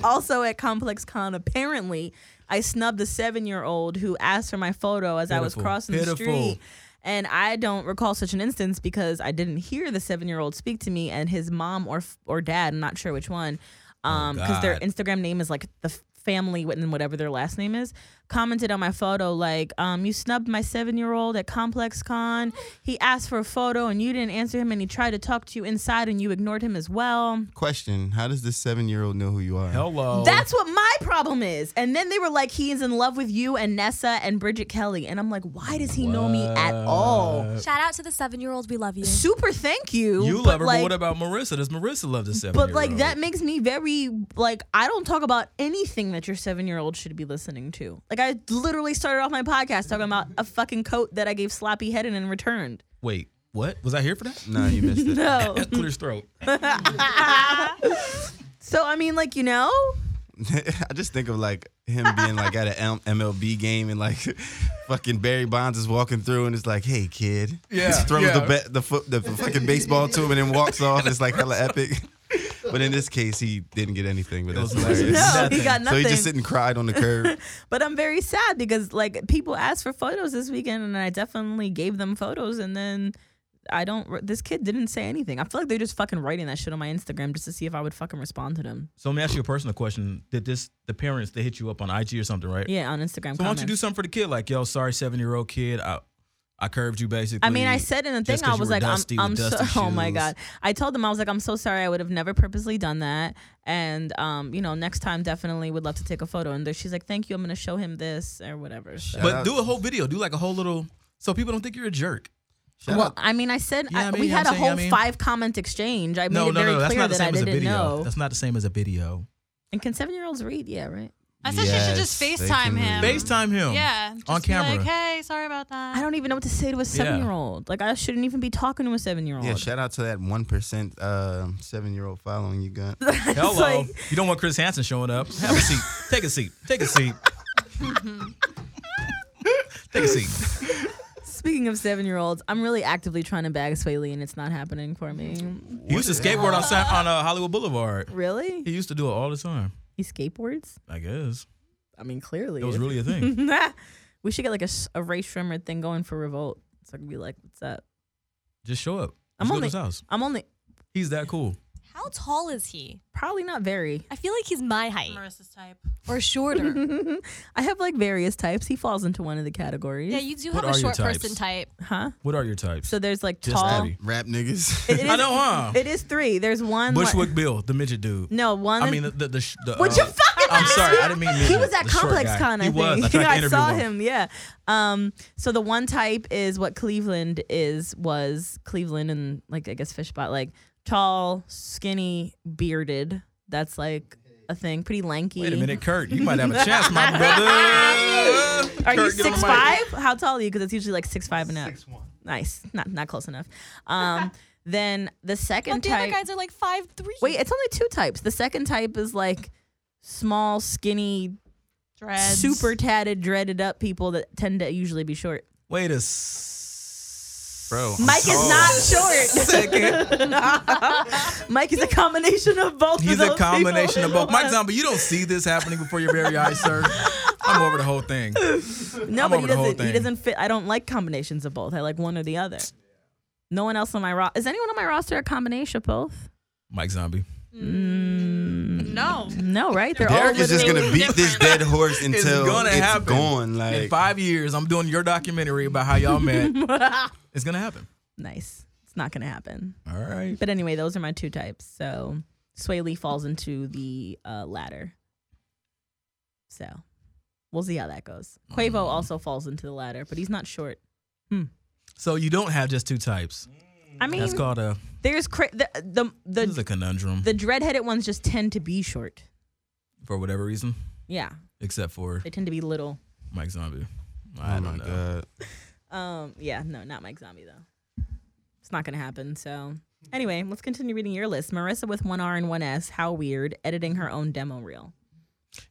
[LAUGHS] also at Complex Con, apparently, I snubbed a seven-year-old who asked for my photo as I was
Pitiful.
crossing the
Pitiful.
street. And I don't recall such an instance because I didn't hear the seven-year-old speak to me, and his mom or f- or dad, I'm not sure which one, um, because their
Oh, God.
Instagram name is like the f- family wh- and whatever their last name is, commented on my photo like, um, "You snubbed my seven-year-old at Complex Con. He asked for a photo, and you didn't answer him, and he tried to talk to you inside, and you ignored him as well."
Question: How does this seven-year-old know who you are?
Hello.
That's what my problem is. And then they were like, he is in love with you and Nessa and Bridget Kelly. And I'm like, why does he know me at
Uh,
all?
Shout out to the seven year old. We love you.
Super thank you.
you
but
love her,
like,
but what about Marissa? Does Marissa love the seven?
But like that makes me very like I don't talk about anything that your seven year old should be listening to. Like I literally started off my podcast talking about a fucking coat that I gave sloppy head and in returned.
Wait, what? Was I here for that? [COUGHS]
No, you missed it.
[LAUGHS] No. Oh.
Clear his throat.
so I mean, like you know,
[LAUGHS] I just think of like him being like at an M- MLB game and like [LAUGHS] fucking Barry Bonds is walking through and it's like, "Hey kid,"
Yeah,
Just throws the
yeah.
ba- the foot the fucking baseball to him and then walks off. It's like hella epic. [LAUGHS] But in this case, he didn't get anything. But that's
was
hilarious.
hilarious.
no, he
Nothing.
got
So
nothing.
he just sitting cried on the
[LAUGHS]
curb.
But I'm very sad because like people asked for photos this weekend, and I definitely gave them photos, and then I don't. This kid didn't say anything. I feel like they're just fucking writing that shit on my Instagram just to see if I would fucking respond to them.
So let me ask you a personal question. Did this the parents they hit you up on IG or something, right?
Yeah, on Instagram.
So why don't you do
comments.
something for the kid? Like, yo, sorry, seven year old kid, I I curved you basically.
I mean, I said in the thing
Just 'cause
I
you
was
were
like, I'm,
dusty with
I'm so.
dusty
[LAUGHS] Oh my
shoes.
god! I told them I was like, I'm so sorry. I would have never purposely done that, and um, you know, next time definitely would love to take a photo. And there- she's like, thank you. I'm gonna show him this or whatever. So-
But do a whole video. Do like a whole little so people don't think you're a jerk. Shout
Well,
out-
I mean, I said
Yeah,
I,
I mean,
we
you know
had
what
a
I'm saying,
whole
I mean-
five comment exchange. I made
no,
it
no,
very
no, that's
clear
not the
that I
same as a
didn't
video.
know.
That's not the same as a video.
and can seven year olds read? Yeah, right.
I said she should just
Yes, they
FaceTime
can
him.
read.
FaceTime him.
Yeah. [LAUGHS] Just
On
be
camera.
Like, hey, sorry about that.
I don't even know what to say to a seven year old. Like I shouldn't even be talking to a seven year old.
Yeah, shout out to that one percent uh, seven-year-old following you
[LAUGHS]
got.
Hello.
like-
you don't want Chris Hansen showing up. Have a seat. Take a seat. Take a seat. Take a seat.
Speaking of seven year olds, I'm really actively trying to bag Sway Lee, and it's not happening for me.
He used to skateboard on Sa- on uh, Hollywood Boulevard. He
Really?
used to do it all the time.
He skateboards?
I guess
I mean, clearly.
it was really a
[LAUGHS]
thing.
we should get like a, s- a race trimmer thing going for Revolt. So I could be like, what's up?
Just show up.
I'm
Just go to
only-
his house.
I'm only
He's that cool.
[LAUGHS] How tall is he?
probably not very. [LAUGHS]
I feel like he's my height
Marissa's type.
or shorter.
I have like various types. He falls into one of the
[LAUGHS]
categories.
yeah, you do
What
have
are
a
your
short person type.
types?
huh?
What are your types?
So there's like
Just
tall.
Abby.
Rap niggas.
It is,
I know, huh?
It is three. There's one. like-
Bushwick Bill, the midget dude.
No, one.
I mean the the. the, sh- the
Would
uh,
you fucking
I'm
ask
sorry,
me?
I didn't mean
He
midget,
was at
the short
Complex
guy.
Con, I
He
think. [LAUGHS]
was. I tried to interview
saw
him.
him, yeah. Um, so the one type is what Cleveland is, was Cleveland and like I guess Fishbot, like tall, skinny, bearded. That's like a thing. Pretty lanky.
Wait a minute, Kurt. You might have a chance, my brother.
[LAUGHS] Are you
Kurt, get on
six
the mic.
five? How tall are you? Because it's usually like six five and up. Six one. Nice. Not not close enough. Um, [LAUGHS] then the second
But Oh, the
type.
other guys are like five three.
Wait, it's only two types. The second type is like small, skinny,
Dreads.
super tatted, dreaded up people that tend to usually be short.
Wait a s-
Bro, I'm
Mike
Oh.
tall.
is
[LAUGHS]
not
second.
short. Mike is a combination of both. of
He's a
[LAUGHS] those
combination
people
of
in [LAUGHS]
both. Mike
one.
Zombie, you don't see this happening before your very eyes, sir. I'm over the whole thing.
No,
I'm
but he
over the whole
doesn't. He
thing.
doesn't fit. I don't like combinations of both. I like one or the other. No one else on my roster. Is anyone on my roster a combination of both?
Mike Zombie.
No.
No, right? [LAUGHS] They're
Derek
all
is just
literally-
gonna beat this dead horse
[LAUGHS] It's
until
gonna
it's
happen.
gone.
In
Like
five years, I'm doing your documentary about how y'all met. it's gonna happen.
[LAUGHS] nice. It's It's not gonna happen.
All right.
But anyway, those are my two types. So Sway Lee falls into the uh, latter. So we'll see how that goes. Quavo
Mm.
also falls into the latter, but he's not short.
So you don't have just two types.
I
Mm.
mean,
That's called a.
there's cra- the the
This is a
the,
conundrum
the dread-headed ones just tend to be short.
for whatever reason,
Yeah,
except for
they tend to be little.
Mike Zombie. I
oh my
don't know.
god.
Um, yeah, no, not Mike Zombie though. It's not gonna happen. So anyway, let's continue reading your list. Marissa with one R and one S. How weird editing her own demo reel.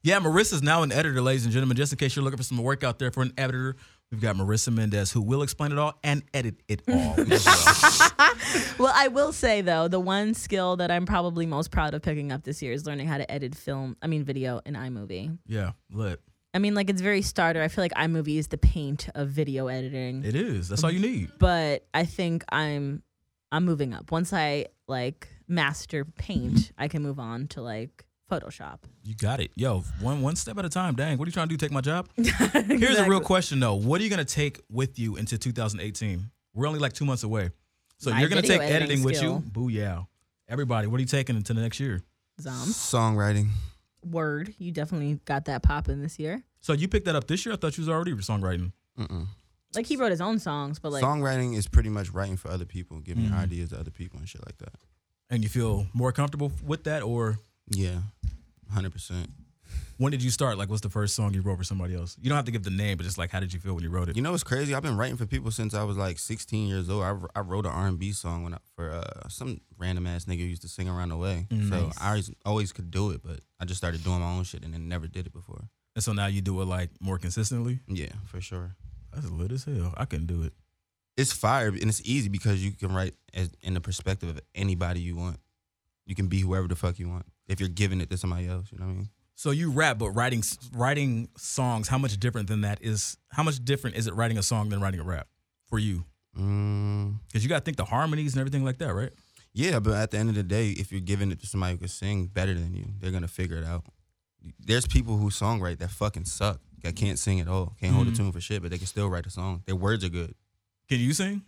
Yeah, Marissa's now an editor, ladies and gentlemen. Just in case you're looking for some work out there for an editor, we've got Marissa Mendez who will explain it all and edit
[LAUGHS]
it all. as well.
Well, I will say though, the one skill that I'm probably most proud of picking up this year is learning how to edit film. I mean, video in iMovie.
yeah, lit.
I mean, like it's very starter. I feel like iMovie is the paint of video editing,
It is. That's all you need.
but I think I'm I'm moving up. Once I like master paint, I can move on to like Photoshop.
You got it. Yo, one one step at a time. Dang, what are you trying to do? Take my
[LAUGHS]
job? Here's a real question though. What are you gonna take with you into 2018? We're only like two months away. So
My
you're gonna
video
take
editing
editing with
skill.
you. Boo yeah. Everybody, what are you taking into the next year?
Zom.
Songwriting.
Word. You definitely got that poppin' this year.
So you picked that up this year? I thought you was already songwriting.
Mm-mm.
Like he wrote his own songs, but like
Songwriting is pretty much writing for other people, giving
Mhm.
ideas to other people and shit like that.
And you feel more comfortable with that or
Yeah, hundred percent.
When did you start? Like, what's the first song you wrote for somebody else? You don't have to give the name, but just like, how did you feel when you wrote it?
You know what's crazy? I've been writing for people since I was like 16 years old. I, I wrote an R&B song when I, for uh, some random ass nigga who used to sing around the way. So I always, always could do it, but I just started doing my own shit and then never did it before.
and so now you do it like more consistently.
Yeah, for sure.
That's lit as hell. I can do it.
It's fire and it's easy because you can write as, in the perspective of anybody you want. You can be whoever the fuck you want if you're giving it to somebody else. You know what I mean?
So you rap, but writing writing songs. How much different than that is? How much different is it writing a song than writing a rap for you?
Mm,
Because you got to think the harmonies and everything like that, right?
yeah, but at the end of the day, if you're giving it to somebody who can sing better than you, they're gonna figure it out. There's people who songwrite that fucking suck. That can't sing at all, can't
Mm-hmm.
hold a tune for shit, but they can still write a song. Their words are good.
Can you sing?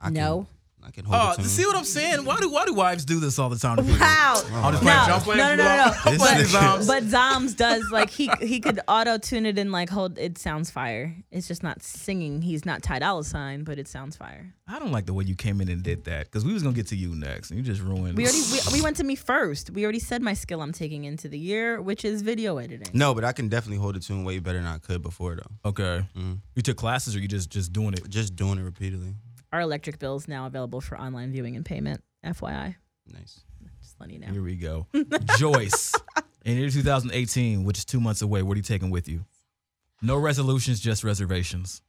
I can-
No.
I can
Oh,
hold a tune.
I'm saying? Why do why do wives do this all the time? to people?
Wow.
Oh,
I'm just
No,
playing- I'm
no,
playing
no, no,
you
no.
off. [LAUGHS]
But,
I'm playing Zoms.
but Zoms does like he he could auto tune it and like hold it sounds fire. It's just not singing. He's not Ty Dolla Sign, but it sounds fire.
I don't like the way you came in and did that because we was gonna get to you next, and you just ruined.
We already we, we went to me first. We already said my skill I'm taking into the year, which is video editing.
No, but I can definitely hold a tune way better than I could before though.
okay.
Mm.
You took classes, or you just just doing it?
Just doing it repeatedly.
Our electric bill is now available for online viewing and payment. FYI,
Nice.
just letting you know.
Here we go. Joyce, in year 2018, which is two months away, what are you taking with you? No resolutions, just reservations.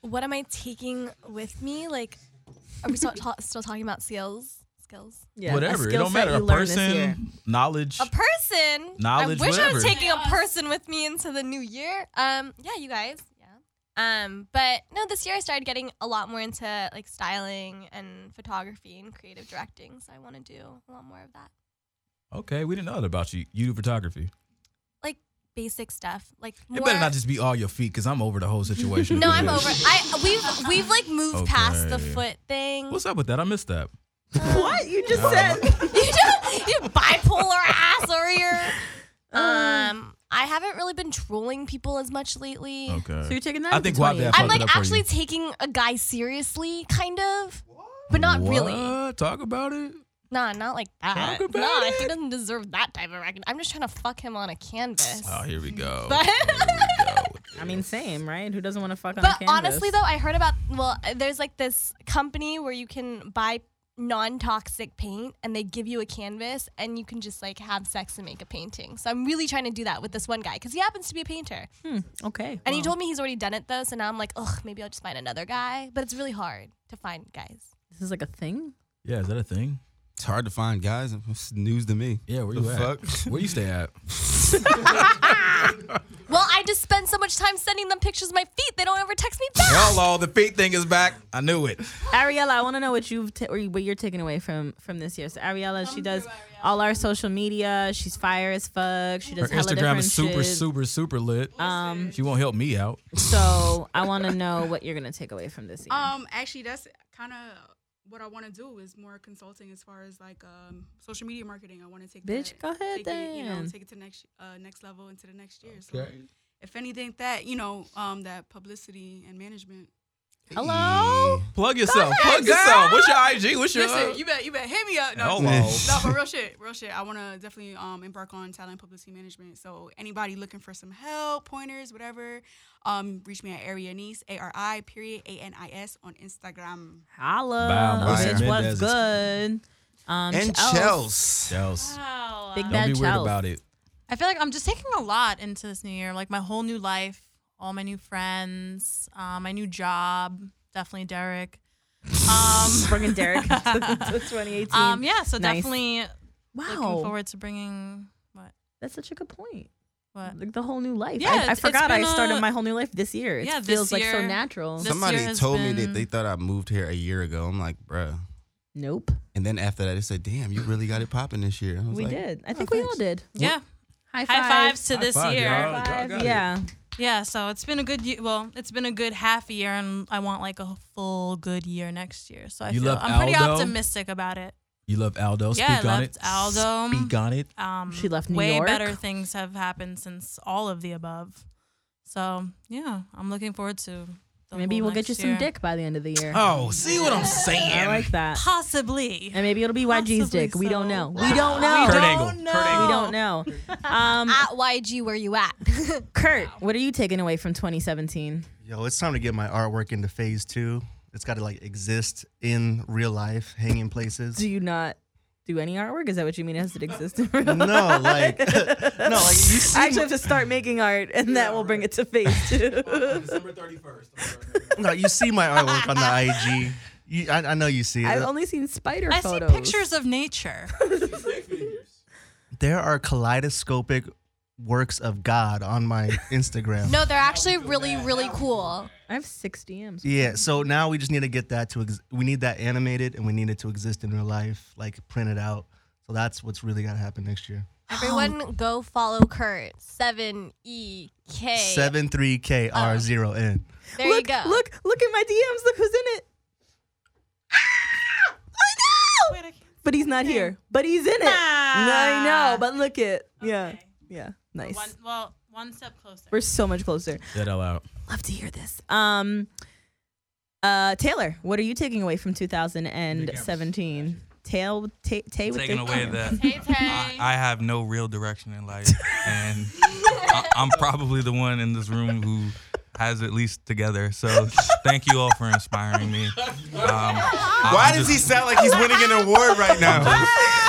What am I taking with me? Like, are we still, ta- still talking about skills? Skills.
Yeah, a
Whatever. It
skill
don't
set
matter. A
you learned this
[LAUGHS]
year.
person, knowledge.
A person.
Knowledge,
I wish I
whatever.
was taking a person with me into the new year. Um, yeah, you guys. Yeah. Um, but no, this year I started getting a lot more into like styling and photography and creative directing. So I want to do a lot more of that.
okay, we didn't know that about you. You do photography.
Like basic stuff. Like more.
It better not just be all your feet because I'm over the whole situation.
no, I'm over. I we've we've like moved past the
Okay.
foot thing.
What's up with that? I missed that.
What you just [LAUGHS] said?
you just [LAUGHS] you bipolar ass over here.
Uh.
Um, I haven't really been trolling people as much lately.
Okay.
So you're taking that?
I
into
think Wab
20th.
Dad
I'm
fucked it
like
up for
actually
you.
taking a guy seriously, kind of, but not really.
What? Talk about it.
Nah, not like that.
Talk about
nah,
it.
he doesn't deserve that type of recognition. I'm just trying to fuck him on a canvas.
Oh, here we go.
But-
I mean, same, right? Who doesn't want to fuck on a
But
canvas?
honestly, though, I heard about well, uh, there's like this company where you can buy non-toxic paint and they give you a canvas and you can just like have sex and make a painting. So I'm really trying to do that with this one guy because he happens to be a painter.
okay.
And he
well,
told me he's already done it though, so now I'm like, ugh, maybe I'll just find another guy. But it's really hard to find guys.
this is like a thing.
Yeah, is that a thing?
It's hard to find guys. [LAUGHS] It's news to me.
Yeah, where you
The
at? [LAUGHS]
fuck?
Where you stay at?
Well, I just spend so much time sending them pictures of my feet. They don't ever text me back.
Hello, Oh, the feet thing is back. I knew it.
Ariella, I want to know what you've ta- or what you're taking away from from this year. So Ariella, she does all our social media. She's fire as fuck. She
Her
does hella
Instagram is
different
super,
shit.
super, super lit. Um, she won't help me out.
Um,
So I want to know what you're gonna take away from this year.
Um, actually, that's kind of
what I want to do is more consulting as far as like um, social media marketing. I want to take
Bitch,
that-
go ahead
take it, you know,
then.
take it to next uh, next level into the next year.
Okay.
So if anything, that you know, um, that publicity and management.
Hello. Plug
Go
yourself.
ahead,
Plug yourself.
girl.
What's your IG? What's your? uh,
Listen, you bet, you bet. Hit me up. No,
Hello.
no,
[LAUGHS]
but real shit, real shit. I want to definitely um embark on talent publicity management. So anybody looking for some help, pointers, whatever, um, reach me at Area Nice, A R I period A N I S on Instagram.
Holla.
Bow, Mr.
Bitch,
Mendez
what's
is-
good? Um,
And
Chels.
Chels.
Wow.
Big
Don't
bad
be weird
Chels.
about it.
I feel like I'm just taking a lot into this new year, like my whole new life, all my new friends, uh, my new job, definitely Derek. Um,
[LAUGHS] Bringing
[LAUGHS]
Derek to 2018.
Um, yeah, so
Nice.
definitely
Wow.
looking forward to bringing what?
That's such a good point.
What?
Like the whole new life.
Yeah,
I, I
it's- it's
forgot I
been
started
a-
my whole new life this year. It
Yeah, this
feels like so
year-
natural.
this year
Somebody
has
told me that
been-
they thought I moved here a year ago. I'm like, bruh.
Nope.
And then after that, they said, damn, you really got it popping this year. I was
We
like, "Oh,
did. I think we all did.
Yeah.
High,
High fives to
five.
this
five,
year.
y'all. Y'all High five, got it.
yeah.
Yeah, so it's been a good year. Well, it's been a good half year, and I want like a full good year next year. So I
You
feel
love
I'm pretty
Aldo?
optimistic about it.
You love Aldo.
yeah,
Speak
I
on
left
it.
Aldo.
Speak on it.
Um,
She left New
way
York.
better things have happened since all of the above. So yeah, I'm looking forward to. The
Maybe
whole
we'll get you
next
some
year.
dick by the end of the year.
Oh, see what I'm saying?
I like that.
Possibly.
And maybe it'll be YG's dick. We don't know. We don't know.
Kurt Angle. Kurt
We don't know.
[LAUGHS]
Um,
at YG, where you at? [LAUGHS]
Kurt, what are you taking away from 2017?
Yo, it's time to get my artwork into phase two. It's got to like exist in real life, hang in places.
Do you not do any artwork? Is that what you mean? It has to exist in
[LAUGHS]
real
No,
life?
like- no, like, you see
I actually have to start making art, and that will bring it to phase two.
[LAUGHS] no, you see my artwork on the IG. You, I, I know you see it.
I've only seen spider
I
photos.
see pictures
[LAUGHS]
of nature.
there are kaleidoscopic works of God on my Instagram.
No, they're actually really, really cool.
I have six DMs.
Yeah, so now we just need to get that to ex- we need that animated and we need it to exist in real life, like printed out. So that's what's really got to happen next year.
Oh.
Everyone, go follow Kurt seven E K.
Seven three K
Oh,
R zero N.
There
look,
you go.
Look, look at my DMs. Look who's in it. Ah! I know! But he's not here. But he's in it. No, I know. But look it. Yeah. Yeah. Nice.
One, well, one step closer.
We're so much closer.
That all out.
Love to hear this. Um, uh, Taylor, what are you taking away from 2017? Tail, ta- Tay with
taking
the-
away that
Tay,
I, I have no real direction in life, and I, I'm probably the one in this room who has it least together. So thank you all for inspiring me. Um,
Why does he sound like he's winning an award right now?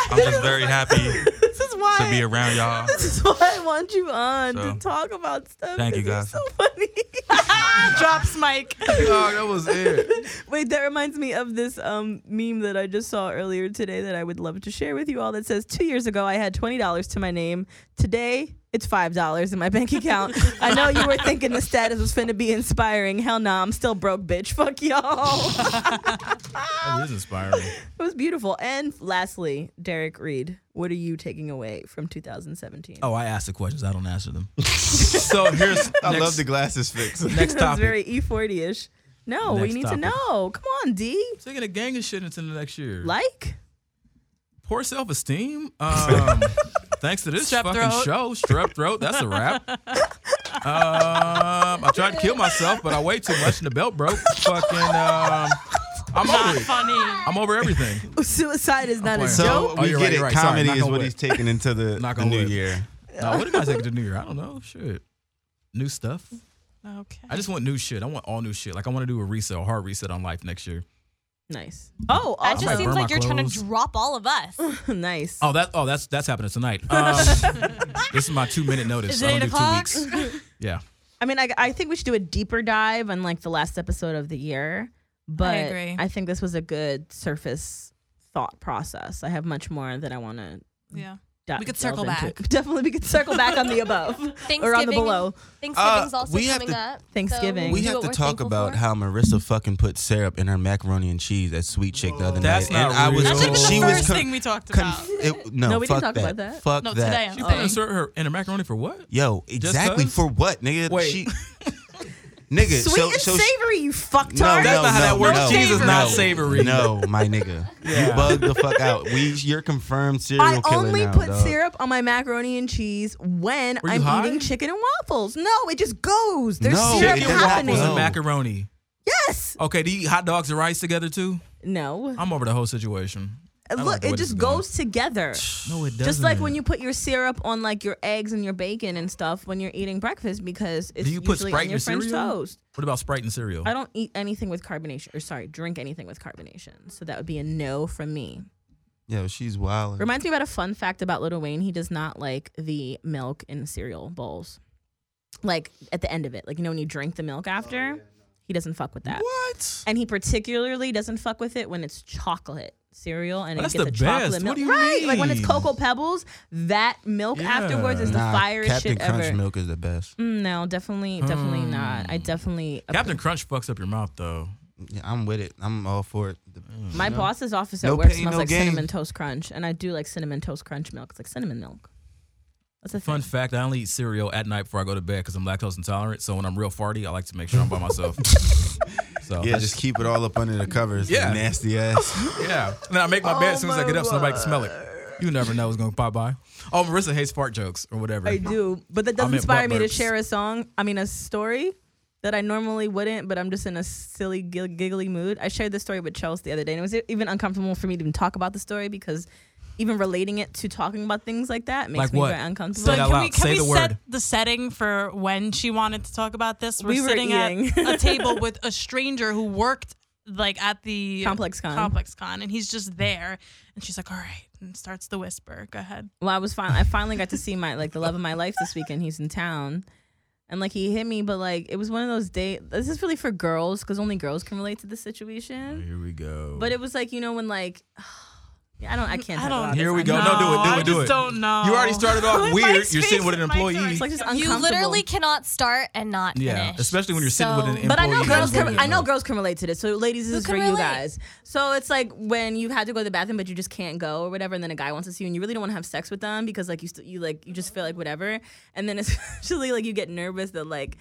I'm just very happy
This is why. [LAUGHS]
to be around y'all.
This is why I want you on
So,
to talk about stuff.
Thank you guys.
Drops Mike.
Oh, that was it.
[LAUGHS] Wait, that reminds me of this um, meme that I just saw earlier today that I would love to share with you all. That says, Two years ago, I had $20 to my name. Today, it's $5 in my
[LAUGHS]
bank account. I know you were thinking the status was finna be inspiring. Hell nah, I'm still broke, bitch. Fuck y'all.
That Oh, is inspiring.
it was beautiful. And lastly, Derek Reed, what are you taking away from 2017?
Oh, I asked the questions. I don't answer them. so [LAUGHS] here's.
I
next-
love the glasses fix.
Next
That was
topic.
very E40 ish. No, we
Next
need
topic.
to know. Come on, D.
Taking a gang of shit into the next year.
Like? [LAUGHS]
Poor self esteem. Um, thanks to this
Strep
fucking
throat.
show, strep throat. That's a wrap. um, I tried to kill myself, but I weighed too much and the belt broke. Fucking. Um, I'm over
Not
it.
funny.
I'm over everything.
Suicide is not a
playing.
joke.
So-
So
Oh,
we
you're
get
right,
it.
you're right. Sorry,
Comedy
knock
is
on
what
wood.
he's taking into the,
[LAUGHS] Knock
the
on
new
wood.
year.
Nah, what did I take to the new year? I don't know. Shit. New stuff.
Okay.
I just want new shit. I want all new shit. Like I want to do a reset, a hard reset on life next year.
Nice. Oh,
I
that
might
just seems
burn my
like you're trying to
clothes.
drop all of
[LAUGHS]
us.
nice.
Oh, that. Oh, that's that's happening tonight.
[LAUGHS]
Um, this is my two minute notice.
Is
I
it
don't do
eight
two weeks. Yeah.
I mean, I, I think we should do a deeper dive on like the last episode of the year, but I,
agree.
think this was a good surface thought process. I have much more that I want to.
[LAUGHS] Yeah.
di-
We could
delve
circle
into.
back.
[LAUGHS] Definitely, we could circle back on the
[LAUGHS]
above or on the
Thanksgiving-
below.
Thanksgiving's
Uh,
also we have coming to- up, so
Thanksgiving.
We have to talk about how Marissa fucking put syrup in her macaroni and cheese at Sweet Chick the other
That's
night.
not
and
real.
I
That's
was
like the
she
first
was con-
thing we talked
conf- it- no,
No, we didn't
fuck
talk
that.
about that.
Fuck
No,
that.
today I'm
She
sorry.
put insert her in a macaroni for what?
Yo,
Just
exactly
cause?
[LAUGHS] for what, nigga?
Wait.
She, Nigga,
Sweet
so-
and
so-
savory, you fucktard.
Cheese is
savory.
No, my nigga. You
Yeah.
bug the fuck out. We, you're confirmed serial
I
killer
only
now,
put
dog.
syrup on my macaroni and cheese when
Were you
I'm
high?
eating chicken and waffles. No, it just goes. There's
no,
syrup
chicken
happening.
waffles and macaroni.
Yes.
Okay, do you eat hot dogs and rice together too?
No.
I'm over the whole situation. I don't like
Look,
the way
it
this is
just
going.
goes together.
No, it
Just
doesn't.
like when you put your syrup on like your eggs and your bacon and stuff when you're eating breakfast because it's
do you put
usually
Sprite
on
in
your
your
French
cereal?
toast.
What about Sprite and cereal?
I don't eat anything with carbonation, or sorry, drink anything with carbonation. So that would be a no from me.
Yo, she's wild.
Reminds me about a fun fact about Little Wayne. He does not like the milk in cereal bowls. Like at the end of it, like you know when you drink the milk after, he doesn't fuck with that.
Oh, What?
And he particularly doesn't fuck with it when it's chocolate cereal and
That's
it gets
the
a chocolate
best.
milk.
What do you
right? Like when it's
mean?
cocoa pebbles, that milk afterwards is the
Nah,
fire
Captain
shit
Crunch
ever.
milk is the best.
Mm, No, definitely, definitely
Hmm.
not. I definitely
Captain Crunch fucks up your mouth though.
Yeah, I'm with it. I'm all for it. The-
My
No.
boss's office at
No
work
pain,
smells
no
like
gain.
cinnamon toast crunch, and I do like cinnamon toast crunch milk. It's like cinnamon milk. That's a
Fun fact: I only eat cereal at night before I go to bed because I'm lactose intolerant. So when I'm real farty, I like to make sure I'm by
[LAUGHS]
myself. so
Yeah, just keep it all up under the covers.
Yeah.
Nasty [LAUGHS] ass.
yeah. And then I make my bed as soon as I get up so nobody can smell it. You never know what's gonna pop by. Oh, Marissa hates fart jokes or whatever.
I do, but that
I
does
meant
inspire
butt
me to
burps.
share a song. I mean, a story that I normally wouldn't, but I'm just in a silly, gil- giggly mood. I shared this story with Chels the other day, and it was e-, even uncomfortable for me to even talk about the story because even relating it to talking about things like that makes
Like
me
what?
very uncomfortable.
Say it out
Can
loud.
we, can
Say
we
the
set
word.
the setting for when she wanted to talk about this? We're
We were
sitting at
eating. [LAUGHS]
a table with a stranger who worked like at the
Complex Con.
Complex Con, and he's just there, and she's like, "All right," and starts the whisper. Go ahead.
Well, I was finally I finally got to see my like the love of my life this weekend. He's in town, and like he hit me, but like it was one of those days. This is really for girls because only girls can relate to this situation.
Here we go.
But it was like you know when like [SIGHS] yeah, I don't I can't.
I
talk
don't-
about
Here
this.
we
I'm
go. No, do it. Do
Oh, I
it. Do
just
it.
don't know.
You already started
My
off weird.
face
You're sitting with an
is my
employee.
story.
It's like just
You
uncomfortable.
literally cannot start and not
Yeah,
finish.
especially when you're sitting with
[LAUGHS]
an employee.
But I know
you
girls.
gotta
Can,
do
I
it.
know girls can relate to this. So ladies, this
Who
is
can
for you
relate?
guys. So it's like when you have to go to the bathroom, but you just can't go or whatever, and then a guy wants to see you, and you really don't want to have sex with them because like you st- you like you just feel like whatever, and then [LAUGHS] especially like you get nervous that like.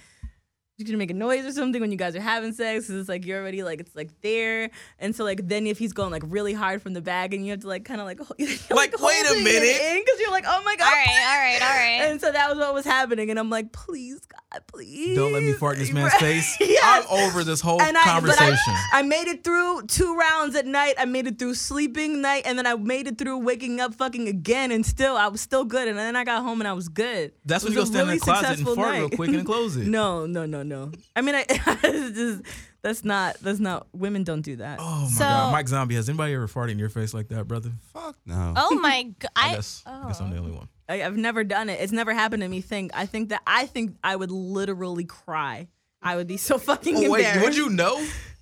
You're gonna make a noise or something when you guys are having sex. 'cause it's like you're already like it's like there, and so like then if he's going like really hard from the bag, and you have to like kind of like [LAUGHS] ho- you're, like,
wait a
holding it
minute.
in because you're like oh my god
All right, all right, all right.
and so that was what was happening, and I'm like please God please
Don't let me fart in this man's
[LAUGHS]
Right.
face.
Yes.
I'm over this whole
And I- but I-
conversation.
I made it through two rounds at night. I made it through sleeping night, and then I made it through waking up fucking again, and still I was still good. And then I got home and I was good.
That's
It
when you go
was a
stand in
really
the closet and
successful
fart real
night.
quick
[LAUGHS]
and then close it.
no, no, no, no. I mean, I [LAUGHS] it's just, that's not that's not women don't do that.
Oh my god, Mike Zombie. Has anybody ever farted in your face like that, brother? Fuck no.
Oh [LAUGHS] my
god,
I, guess I guess I'm the only one.
I, I've never done it. It's never happened to me. Think I think that I think I would literally cry. I would be so fucking
Oh, wait,
embarrassed.
would you know?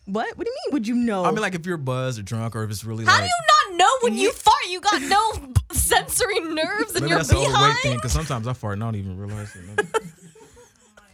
What? What do you mean? Would you know?
I mean, like if you're buzzed or drunk or if it's really
How
like.
do you not know when you fart? You got no sensory nerves in
Maybe
your
that's the
behind.
overweight thing because sometimes I fart and I don't even realize
[LAUGHS]
it.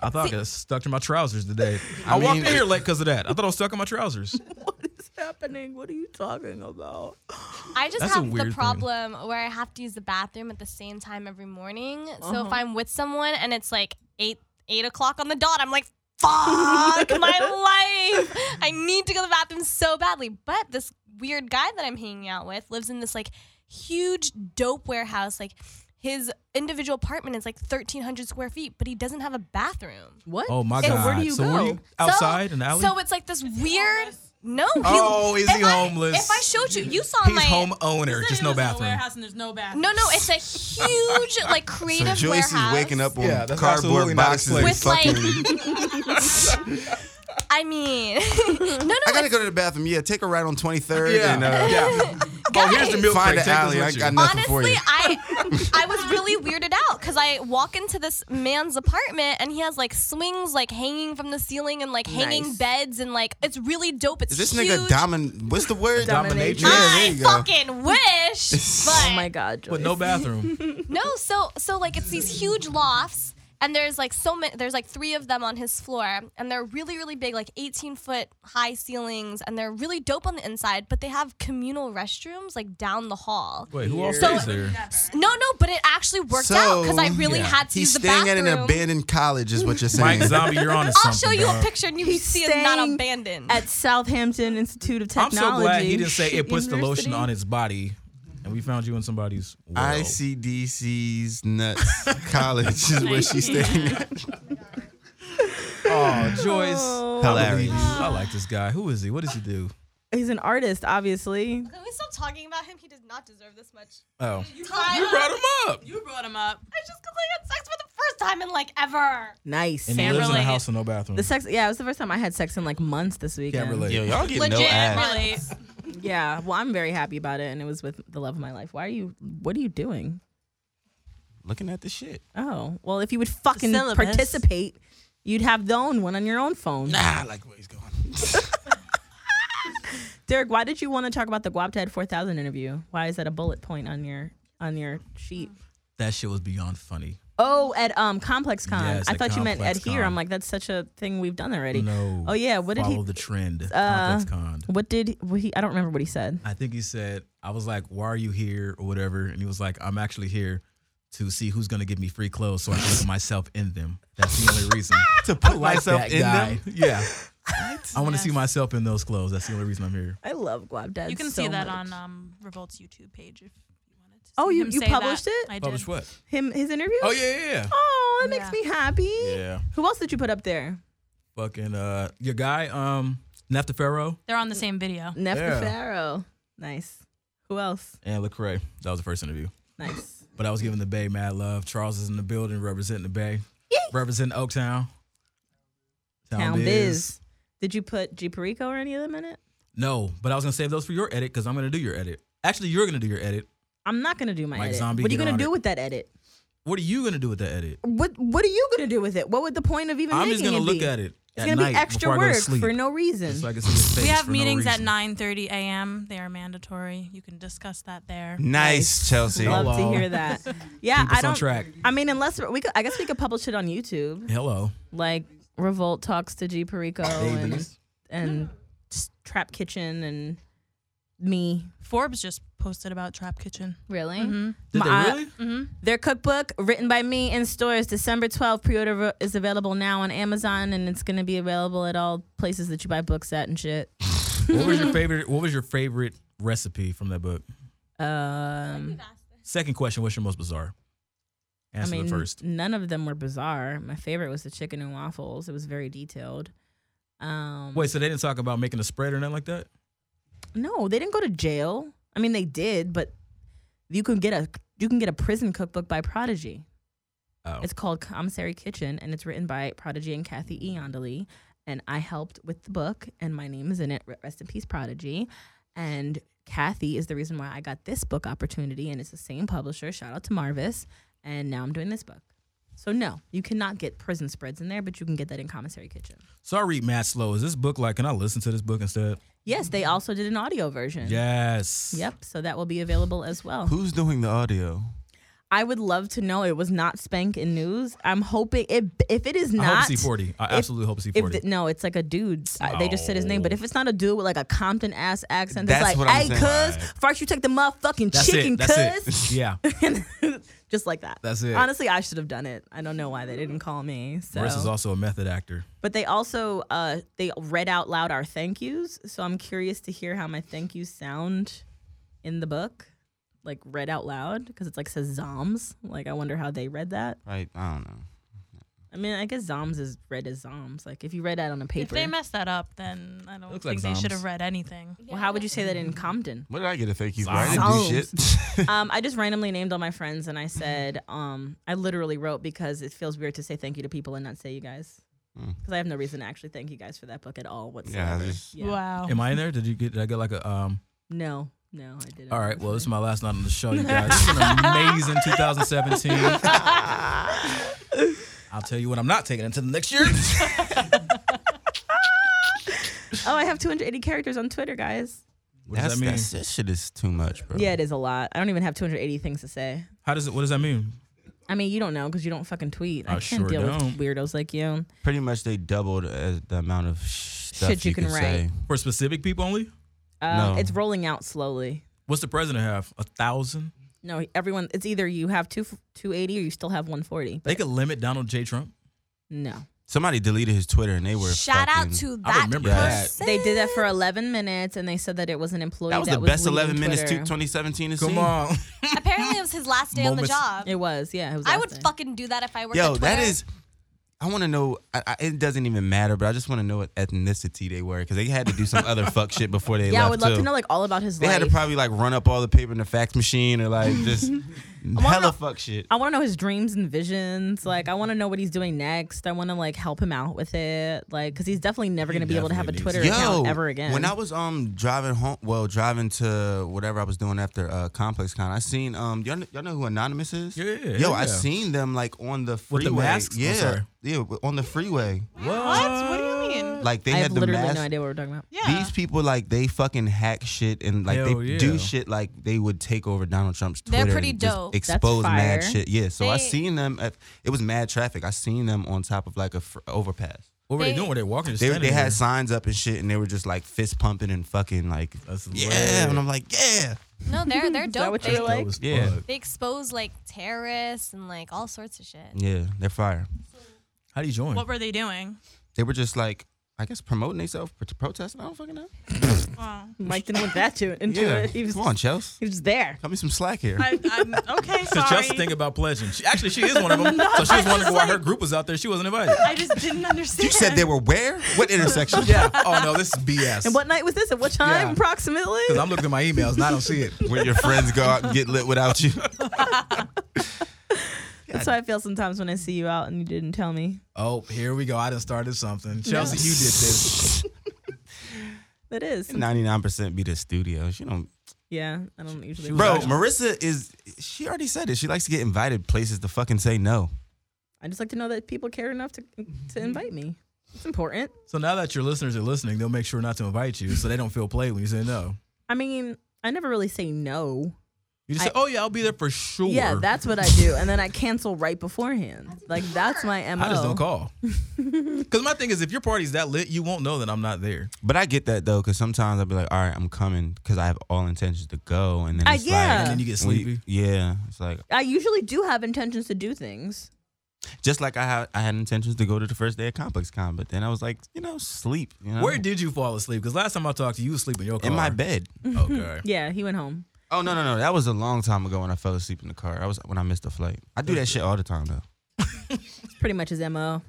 I thought I got stuck to my trousers today. I,
I
walked
mean-
in here late because of that. I thought I was stuck in my trousers.
What's happening? What are you talking about?
Oh,
I just
That's a
have
weird
the
thing.
problem where I have to use the bathroom at the same time every morning. So
Uh-huh.
if I'm with someone and it's like eight eight o'clock on the dot, I'm like, [LAUGHS] fuck my life. I need to go to the bathroom so badly. But this weird guy that I'm hanging out with lives in this like huge dope warehouse. Like his individual apartment is like 1,300 square feet, but he doesn't have a bathroom.
What?
Oh my
So
god!
where do you
so
go?
Were you outside in the alley?
So it's like this weird. No. he-
Oh, is he
if I-
homeless?
if I showed you, you saw
He's
my
home owner, just no bathroom.
and there's no
[LAUGHS]
bathroom.
No, no, it's a
[LAUGHS]
huge like
So
creative
Joyce is
warehouse.
waking up on
Yeah, that's absolutely
cardboard
not
boxes
his
and
with like,
fucking.
I mean, [LAUGHS] no, no,
[LAUGHS] I gotta go to the bathroom. Yeah, take a ride on 23rd.
Yeah,
and, uh,
[LAUGHS]
yeah. Oh, here's the milk
Find the
crate. Take this
alley.
with
I
you.
got [LAUGHS] nothing for
honestly,
you.
I
[LAUGHS]
I was really weirded out because I walk into this man's apartment and he has like swings like hanging from the ceiling and like hanging
Nice.
beds and like it's really dope. It's
Is this
huge.
nigga domin? What's the word?
Dominatrix.
Yeah, there
I
you go. [LAUGHS]
fucking wish. But
oh my god,
[LAUGHS] But no bathroom.
no, so so like it's these huge lofts And there's like so many. There's like three of them on his floor, and they're really, really big, like 18 foot high ceilings, and they're really dope on the inside. But they have communal restrooms like down the hall.
Wait, who all
So-
stays there?
No, no, but it actually worked out because I really had to
He's
use the
staying
bathroom.
at an abandoned college, is what you're saying.
[LAUGHS] Mike Zombie, you're onto
I'll show you a picture and you
He's
see it's not
staying
abandoned.
at Southampton Institute of
I'm
Technology.
so glad he didn't say it puts the lotion
University.
on its body, and we found you in somebody's. World.
ICDC's nuts college is where she's staying. at.
Oh, Joyce, I
Oh.
believe
Hilarious.
you. I like this guy. Who is he? What does he do?
He's an artist, obviously.
Can we stop talking about him? He does not deserve this much.
Oh,
You
you brought him up.
[LAUGHS] You brought him up.
It's just because [LAUGHS] I had sex for the first time in like ever.
Nice.
And he lives in a house with no bathroom.
The sex, yeah, it was the first time I had sex in like months this weekend.
relate.
Yo, y'all get no ass.
Yeah, well, I'm very happy about it, and it was with the love of my life. Why are you? What are you doing?
Looking at the shit.
Oh, well, if you would fucking
syllabus.
participate, you'd have the own one on your own phone.
Nah, I like where he's going.
Derek, why did you want to talk about the Guaptad 4000 interview? Why is that a bullet point on your on your sheet?
That shit was beyond funny.
Oh, at um Complex Con.
Yes,
I
at
thought you meant at
Complex
here.
Con.
I'm like, that's such a thing we've done already.
No.
Oh yeah, what did he?
Follow the trend.
uh,
Complex Con.
What did what he? I don't remember what he said.
I think he said, I was like, why are you here or whatever? And he was like, I'm actually here to see who's going to give me free clothes so I can put myself in them. That's the only reason.
[LAUGHS] To put
I like
myself
that
in
guy.
them?
Yeah. I want to see myself in those clothes. That's the only reason I'm here.
I love Guaptad.
you can see
so
that
much.
on um, Revolt's YouTube page if you wanted to.
Oh,
see
you-
him
you
say that.
published it?
I did.
Publish what?
[LAUGHS] him his interview.
Oh, yeah, yeah, yeah.
Oh, that makes me happy.
Yeah.
Who else did you put up there?
Fucking uh, your guy, um, Nefta Pharaoh
They're on the same video.
Nefta
Yeah.
Pharaoh. Nice. Who else?
and Lecrae. That was the first interview.
Nice.
But I was giving the Bay mad love. Charles is in the building representing the Bay. Representing Oaktown.
Town Biz. Did you put G Perico or any of them in it?
No, but I was gonna save those for your edit because I'm gonna do your edit. Actually, you're gonna do your edit.
I'm not gonna do my
Mike
edit.
Zombie,
what are you
get
gonna
on
do
it.
with that edit?
What are you gonna do with that edit?
What What are you gonna do with it? What would the point of even
I'm just
making
gonna
it
look
be?
at it.
It's
at
gonna be
night
extra
before I go to
work
sleep,
for no reason.
just so I can see his face
We have
for no
meetings at
reason.
9:30 a.m. They are mandatory. You can discuss that there.
Nice, Chelsea.
Love to
[LAUGHS]
hear that. Yeah,
Keep us
I
on
don't.
track.
I mean, unless we could, I guess we could publish it on YouTube.
Hello.
Like Revolt talks to G Perico and
Davis.
and s- Trap Kitchen and me.
Forbes just posted about Trap Kitchen.
Really?
Mhm.
Did they
My-
really?
Mm-hmm.
Their cookbook, written by me in stores December 12th. Pre order is available now on Amazon and it's going to be available at all places that you buy books at and shit.
what was
[LAUGHS]
your favorite? What was your favorite recipe from that book?
Um,
Second question: What's your most bizarre?
I
Answer
mean,
the first.
none of them were bizarre. My favorite was the chicken and waffles, it was very detailed. Um,
Wait, so they didn't talk about making a spread or nothing like that?
No, they didn't go to jail. I mean, they did, but you can get a you can get a prison cookbook by Prodigy.
Oh.
It's called Commissary Kitchen, and it's written by Prodigy and Kathy E. Ondely. And I helped with the book, and my name is in it. Rest in peace, Prodigy. And Kathy is the reason why I got this book opportunity, and it's the same publisher. Shout out to Marvis. And now I'm doing this book. So no, you cannot get prison spreads in there, but you can get that in Commissary Kitchen.
So I read Matt Slow. Is this book like? Can I listen to this book instead?
Yes, they also did an audio version.
Yes.
Yep. So that will be available as well.
Who's doing the audio?
I would love to know. It was not Spank in news. I'm hoping it. If it is
I
not,
hope C forty. I absolutely hope C
If
forty.
th- no, it's like a dude. I- They just said his name, but if it's not a dude with like a Compton ass accent,
That's
that's like,
what I'm
"Hey,
saying."
cuz, first you take the motherfucking
That's
chicken,
it. That's
cuz."
it. [LAUGHS]
[LAUGHS]
Yeah.
Just like that.
That's it.
Honestly, I should have done it. I don't know why they didn't call me. So.
Marissa's also a method actor.
but they also uh, they read out loud our thank yous. So I'm curious to hear how my thank yous sound in the book, like read out loud, because it's like says zoms. Like I wonder how they read that.
Right, I don't know.
I mean, I guess Zoms is read as Zoms. Like if you read that on a
If
paper.
they messed that up, then I don't
Looks
think
like
they should
Zombs.
have read anything.
well, how would you say that in
[LAUGHS]
Compton?
What did I get a thank you for? I didn't do shit.
um, I just randomly named all my friends and I said, um, I literally wrote because it feels weird to say thank you to people and not say you guys.
Mm.
Because I have no reason to actually thank you guys for that book at all
Hmm. Yeah, I
whatsoever.
just-
Oh.
Am I in there? Did you get? Did I get like a um?
No, no, I didn't.
All right. Well,
[LAUGHS]
this is my last night on the show, you guys. This is an amazing 2017.
[LAUGHS]
I'll tell you what, I'm not taking until the
[LAUGHS]
next year.
Oh, I have 280 characters on Twitter, guys.
What
[LAUGHS]
does
That's-
that mean?
that's- that shit is too much, bro.
Yeah, it is a lot. I don't even have 280 things to say.
How does it? What does that mean?
I mean, you don't know because you don't fucking tweet.
I
I, can't
sure
deal
don't.
with weirdos like you.
Pretty much, they doubled
uh,
as the amount of sh- stuff
Shit you can write.
say.
For specific people only?
Uh,
No.
It's rolling out slowly.
What's the president have? A thousand?
No, everyone. It's either you have two two eighty or you still have one forty.
They could limit Donald J. Trump.
No.
Somebody deleted his Twitter, and they were
Shout out
fucking-
to that
Yeah.
They did that for 11 minutes, and they said that it was an employee.
That was the best 11 minutes to
Twitter.
2017 is
Come on.
Apparently, it was his last day
Moments.
on the job.
It was, yeah. It was
I
last
would
day.
fucking do that if I worked.
Yo,
at
that
Twitter.
is. I want to know. I, I, it doesn't even matter, but I just want to know what ethnicity they were because they had to do some
[LAUGHS]
other fuck shit before they
yeah,
left.
I would love
too.
to know like all about his
They
life.
had to probably like run up all the paper in the fax machine or like
[LAUGHS]
just [LAUGHS] hella fuck shit.
I want to know his dreams and visions. Like, I want to
Mm-hmm.
know what he's doing next. I want to like help him out with it. Like, because he's definitely never going to be able to have a Twitter account ever again.
When I was um driving home, well driving to whatever I was doing after uh, Complex Con, I seen um y'all, kn- y'all know who Anonymous is? Yeah, Yo, I
yeah.
seen them like on the
With
freeway.
the masks? I'm
Yeah,
sorry.
yeah, on the freeway.
What? What do you mean?
Like they
I
had
have
the
literally
mask.
no idea what we're talking about.
These people like they fucking hack shit and like
Hell
they
yeah.
do shit like they would take over Donald Trump's Twitter.
They're pretty
and just
dope. That's
Expose mad
fire.
shit. Yeah. So I
They-
seen them. At, it was mad traffic. I seen them on top of like a fr- overpass.
What were they They- doing? Were they walking or
They,
standing
they
there?
had signs up and shit, and they were just like fist pumping and fucking like yeah.
lit.
And I'm like yeah.
No, they're [LAUGHS] they're
Is
dope.
that what
they,
you were like?
Yeah.
they expose like terrorists and like all sorts of shit.
Yeah. They're fire. How do you join?
What were they doing?
They were just like I guess promoting themselves, pr- protesting. I don't fucking know.
Wow.
Mike didn't want that to
[LAUGHS]
into
yeah.
it. He was
Come on, Chels.
he was just there.
Cut me some slack here.
I, I'm
[LAUGHS]
okay.
So
sorry.
Chelsea think about pledging. She, actually, she is one of them. so she was wondering why her group was out there. She wasn't invited.
I just didn't understand.
You said they
were where? What intersection?
[LAUGHS] yeah. Oh no, this is BS.
[LAUGHS] And what night was this? At what time
Yeah.
approximately?
Because I'm looking at my emails and I don't see it.
When your friends go out and get lit without you.
That's how I feel sometimes when I see you out and you didn't tell me.
Oh, here we go. I done started something.
No.
Chelsea, you did this.
That is.
Ninety nine percent be the studio. She don't.
Yeah, I don't usually.
Bro, Marissa is. She already said it. She likes to get invited places to fucking say no.
I just like to know that people care enough to
Mm-hmm.
to invite me. It's important.
So now that your listeners are listening, they'll make sure not to invite you so they don't feel played when you say no.
I mean, I never really say no.
You just say, oh, yeah, I'll be there for sure.
Yeah, that's what I do, and then I cancel right beforehand. Like that's my
[LAUGHS]
mo.
I just don't
[LAUGHS]
call. Because my thing is, if your party's that lit, you won't know that I'm not there.
But I get that though, because sometimes I'll be like, all right, I'm coming, because I have all intentions to go, and then
Ah,
it's
yeah.
like,
And then you
get
we-
sleepy.
yeah, it's like
I usually do have intentions to do things.
just like I had I had intentions to go to the first day of Complex Con, but then I was like, you know, sleep. You know,
Where did you fall asleep? Because last time I talked to you, you was asleep in your car.
in
[LAUGHS]
my bed.
Okay.
Yeah, he went home.
Oh no no no! That was a long time ago when I fell asleep in the car. I was when I missed a flight. I do that shit all the time though.
It's pretty much his mo.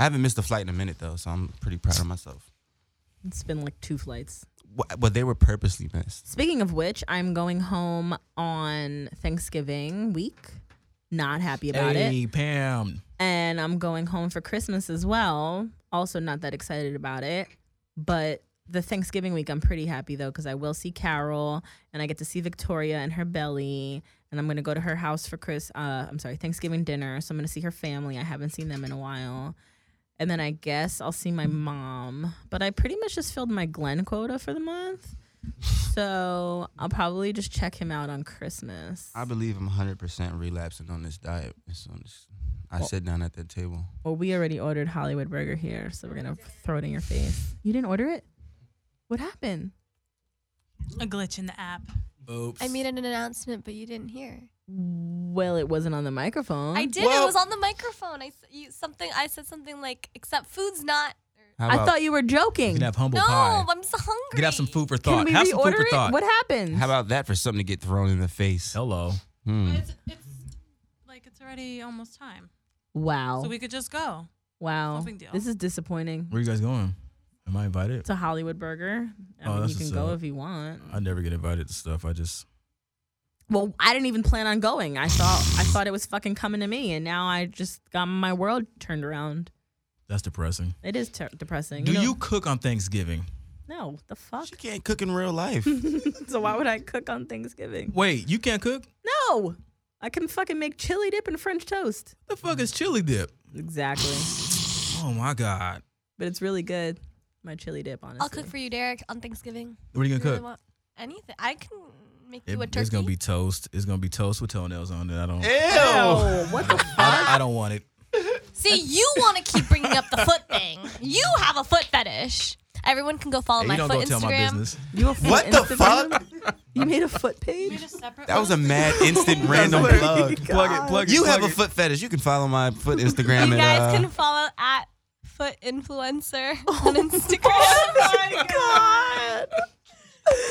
I haven't missed a flight in a minute though, so I'm pretty proud of myself.
It's been like two flights.
Wh- But they were purposely missed.
Speaking of which, I'm going home on Thanksgiving week. Not happy about it.
hey, Pam.
and I'm going home for Christmas as well. Also, not that excited about it, but the Thanksgiving week, I'm pretty happy though because I will see Carol and I get to see Victoria and her belly. And I'm gonna go to her house for Chris. Uh, I'm sorry, Thanksgiving dinner. So I'm gonna see her family. I haven't seen them in a while. And then I guess I'll see my mom. But I pretty much just filled my Glenn quota for the month. So I'll probably just check him out on Christmas.
I believe I'm 100 percent relapsing on this diet. As soon as I sit down at that table,
Well, we already ordered Hollywood Burger here, so we're gonna throw it in your face. You didn't order it? What happened?
a glitch in the app.
Oops.
I made an announcement, but you didn't hear.
Well, it wasn't on the microphone.
I did. it was on the microphone. I s- you, something. I said something like, "Except food's not."
How
I
about-
thouking. you were joking.
You can have humble
no,
pie.
I'm so hungry.
You can have some food for thought.
we
have some food
reorder
for
it?
thought.
What happened?
how about that for something to get thrown in the face? Hmm.
Hello.
Like it's already almost time,
Wow.
so we could just go.
wow.
no big deal.
This is disappointing.
Where you guys going? Am I invited?
It's a Hollywood Burger. I
Oh,
mean,
that's
you can
what's
go
up.
if you want.
I never get invited to stuff. I just
Well, I didn't even plan on going. I thought I thought it was fucking coming to me, and now I just got my world turned around.
that's depressing.
It is ter- depressing.
Do
know-
you cook on Thanksgiving?
No, what the fuck. She
can't cook in real life.
[LAUGHS] so why would I cook on Thanksgiving?
[LAUGHS] Wait, you can't cook?
No, I can fucking make chili dip and French toast.
The fuck is chili dip?
Exactly.
Oh my god.
But it's really good. My chili dip, honestly.
I'll cook for you, Derek, on Thanksgiving.
What are you gonna
If really
cook?
want anything. I can make
It-
you a turkey.
It's gonna be toast. It's gonna be toast with toenails on it.
[LAUGHS]
I don't.
Oh,
Ew. Ew, what the
I, I don't want it.
See, you want to keep bringing
[LAUGHS]
up the foot thing. You have a foot fetish. Everyone can go follow
Hey,
my
you don't
foot
go
Instagram.
tell my business.
You a
What the fuck?
You made a foot
[LAUGHS]
page.
That was a
[LAUGHS]
mad instant random
That's
[LAUGHS]
plug.
like- Plug it, plug it,
You
plug
have a
it.
foot fetish. You can follow my foot Instagram.
You
at,
guys
uh,
can follow at foot
[LAUGHS]
influencer on Instagram. [LAUGHS] Oh my god.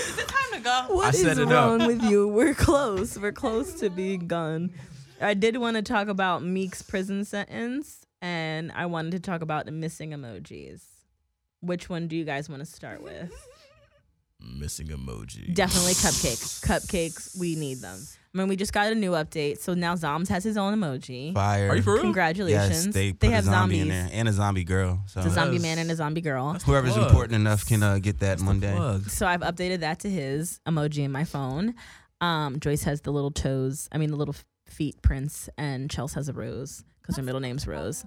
Is it time to go?
What is
set it up.
wrong with you? We're close. We're close to being gone. I did want to talk about Meek's prison sentence, and I wanted to talk about the missing emojis. Which one do you guys want to start with?
Missing emoji.
Definitely cupcakes. Cupcakes, we need them. I mean, we just got a new update, so now Zombs has his own emoji.
Fire.
Congratulations.
Yes, they, put a
have
zombie
zombies.
in there and a zombie girl. So
It's a zombie man and a zombie girl.
Whoever's important enough can uh, get that one day.
So I've updated that to his emoji in my phone. Um, Joyce has the little toes, I mean the little f- feet prints, and Chelsea has a rose because her middle name's Rose.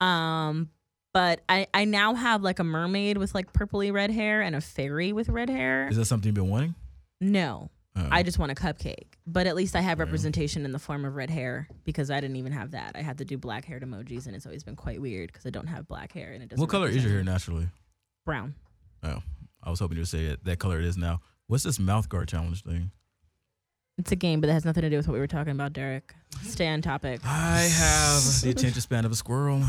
Um, but I, I now have like a mermaid with like purpley red hair and a fairy with red hair.
Is that something you've been wanting?
No,
Oh.
I just want a cupcake. But at least I have representation in the form of red hair because I didn't even have that. I had to do black haired emojis, and it's always been quite weird because I don't have black hair and it doesn't.
what color is
represent-
your hair naturally?
Brown.
Oh, I was hoping you would say that, that color it is now. What's this mouth guard challenge thing?
It's a game, but that has nothing to do with what we were talking about, Derek. Stay
[LAUGHS]
on topic.
I have the attention span of a squirrel.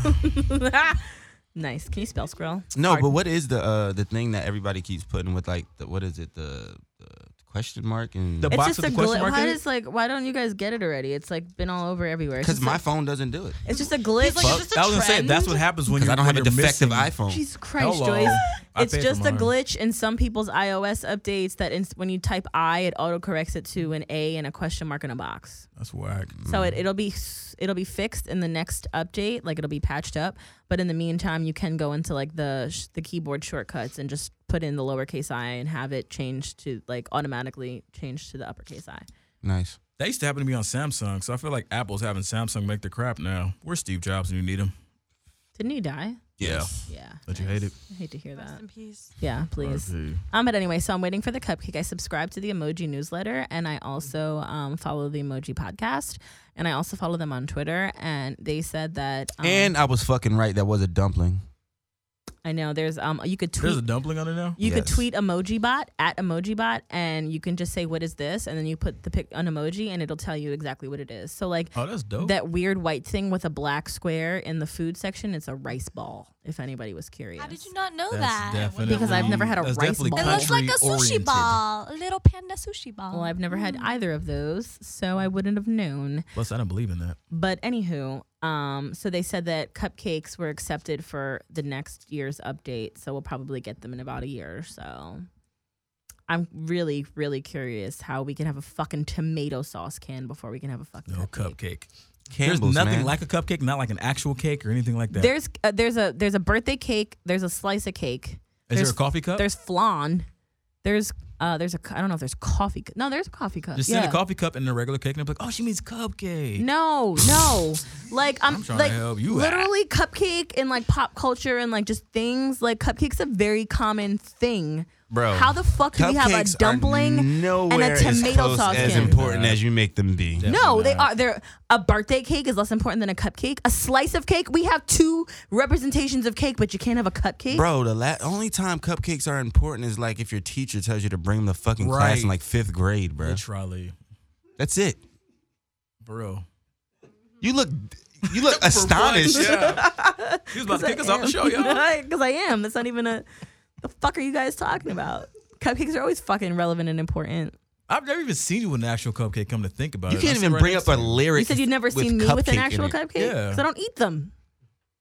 [LAUGHS] nice. Can you spell squirrel?
No, but what is the uh, the thing that everybody keeps putting with like the, what is it the, the question mark and
it's just a glitch. Why is like? Why don't you guys get it already? It's like been all over everywhere. It's
Because
just
my
a-
phone doesn't do it.
It's just a glitch.
Fuck.
I was gonna say that's what happens when
'Cause
you
I don't have a defective iPhone.
Jesus Christ,
Oh. Hello.
Joyce.
I
It's
paid for
just a
mine.
glitch in some people's iOS updates that inst- when you type I, it autocorrects it to an A and a question mark in a box.
That's whack.
So
Mm,
it, it'll be s- it'll be fixed in the next update, like it'll be patched up. But in the meantime, you can go into like the sh- the keyboard shortcuts and just put in the lowercase i and have it change to like automatically change to the uppercase i.
Nice.
That used to happen to me on Samsung, so I feel like Apple's having Samsung make the crap now. Where's Steve Jobs when you need him?
Didn't he die?
Yeah.
Yeah.
Don't you hate it?
I hate to hear that.
in peace.
Yeah, please.
R.I.P..
Um, but anyway, so I'm waiting for the cupcake. I subscribe to the emoji newsletter and I also um, follow the emoji podcast and I also follow them on Twitter. And they said that. Um,
and I was fucking right. That was a dumpling.
I know there's um you could tweet
There's a dumpling on it now.
You could tweet emoji bot at emoji bot and you can just say what is this and then you put the pic an emoji and it'll tell you exactly what it is. So like
Oh, that's dope.
that weird white thing with a black square in the food section, it's a rice ball, if anybody was curious. How did
you not know
That's
that?
definitely-
because I've never had a
that's
rice
definitely
ball.
It looks like a sushi
Country-oriented.
ball, a little panda sushi ball. Mm.
Well, I've never had
Oh.
either of those, so I wouldn't have known.
Plus, I don't believe in that.
But anywho, um, so they said that cupcakes were accepted for the next year's update, so we'll probably get them in about a year or so. I'm really, really curious how we can have a fucking tomato sauce can before we can have a fucking.
No cupcake.
Campbell's,
There's nothing
man.
like a cupcake, not like an actual cake or anything like that.
There's uh, there's a there's a birthday cake. There's a slice of cake.
Is there
there's,
a coffee cup?
There's flan. There's uh there's a cu- I don't know if there's coffee. cu- No, there's a coffee cup.
just
yeah.
send a coffee cup and a regular cake, and I'm like, oh, she means cupcake.
No, no. Like I'm,
I'm trying to
like
help you out.
literally cupcake and like pop culture and like just things like cupcakes a very common thing.
Bro,
how the fuck do we have a
cupcakes are
dumpling and
nowhere
a
as
tomato
close
sauce
as
can?
important as you make them be.
No, they are. They're a birthday cake is less important than a cupcake. A slice of cake. We have two representations of cake, but you can't have a cupcake.
Bro, the la- only time cupcakes are important is like if your teacher tells you to bring them to fucking class
Right.
in like fifth grade, bro.
Literally,
That's it.
bro.
You look, you look astonished.
He was about to kick us off the show, yo.
[LAUGHS] Because I am. That's not even a. The fuck are you guys talking about? Cupcakes are always fucking relevant and important.
I've never even seen you with an actual cupcake. Come to think about
You
it,
can't
I sit
even
right
bring
next
up a
to you.
lyric.
You said you've never seen me with an actual cupcake
Yeah.
because I don't eat them.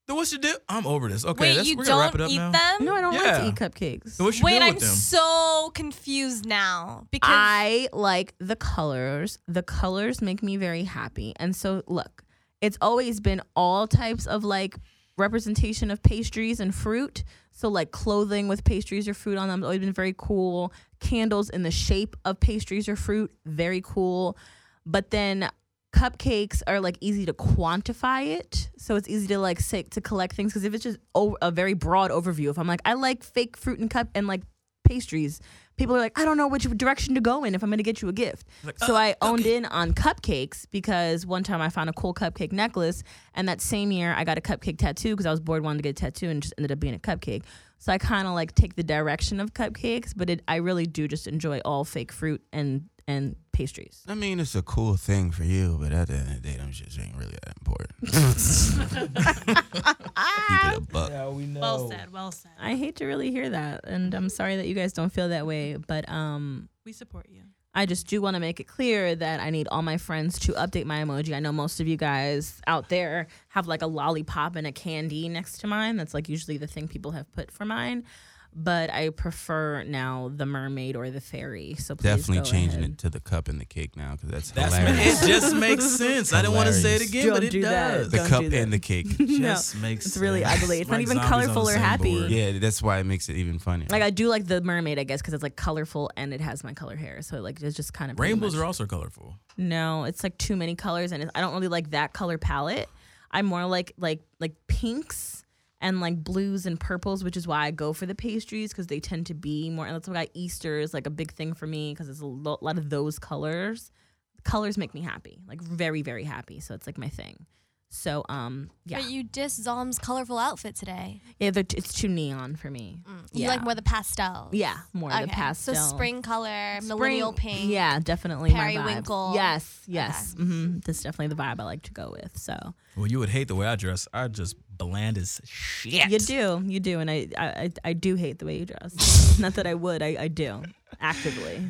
Then what's your deal? I'm over this. Okay,
Wait,
that's,
you
we're gonna wrap it
don't
up
eat
now.
them?
No, I don't
Yeah.
like to eat cupcakes.
So what's your
Wait,
deal
I'm
with them?
so confused now because
I like the colors. The colors make me very happy. And so, look, it's always been all types of like representation of pastries and fruit. So, like clothing with pastries or fruit on them has always been very cool. Candles in the shape of pastries or fruit, very cool. But then cupcakes are like easy to quantify it so it's easy to like say to collect things because if it's just o- a very broad overview if i'm like i like fake fruit and cup and like pastries. People are like, I don't know which direction to go in if I'm gonna get you a gift.
Like,
so
uh,
I owned in on cupcakes because one time I found a cool cupcake necklace, and that same year I got a cupcake tattoo because I was bored, wanted to get a tattoo, and it just ended up being a cupcake. So I kind of like take the direction of cupcakes, but it, I really do just enjoy all fake fruit and and pastries.
I mean, it's a cool thing for you, but at the end of the day, them shits ain't really that important. Keep it a buck.
Yeah, we know.
Well said. Well said.
I hate to really hear that, and I'm sorry that you guys don't feel that way, but um,
We support you.
I just do want to make it clear that I need all my friends to update my emoji. I know most of you guys out there have like a lollipop and a candy next to mine. That's like usually the thing people have put for mine. But I prefer now the mermaid or the fairy. So please
Definitely
go
changing
ahead.
it to the cup and the cake now because that's,
That's-
hilarious.
it just makes sense. I didn't wanna say it
Hilarious.
again, but Don't it do that. does.
The [LAUGHS]
Don't
cup
do that.
and the
[LAUGHS]
cake.
No, Just makes it's really sense. ugly. It's not even colorful or happy.
Yeah, that's why it makes it even funnier.
Like I do like the mermaid, I guess, because it's like colorful and it has my color hair. So like it's just kind of pretty
Rainbows
much-
are also colorful.
No, it's like too many colors, and it, I don't really like that color palette. I'm more like like like pinks and like blues and purples, which is why I go for the pastries because they tend to be more. And that's why Easter is like a big thing for me because it's a lo- lot of those colors. Colors make me happy, like very very happy. So it's like my thing. So um yeah,
But you diss Zom's colorful outfit today.
yeah, they're t- it's too neon for me.
Mm. You like more the pastels.
Yeah, more of the pastel.
So spring color, millennial
Spring-
pink.
Yeah, definitely. my vibe.
Periwinkle.
Yes, yes. hmm That's definitely the vibe I like to go with. So.
Well, you would hate the way I dress. I just bland as shit.
You do, you do, and I, I, I- I do hate the way you dress. Not that I would, I, I do actively.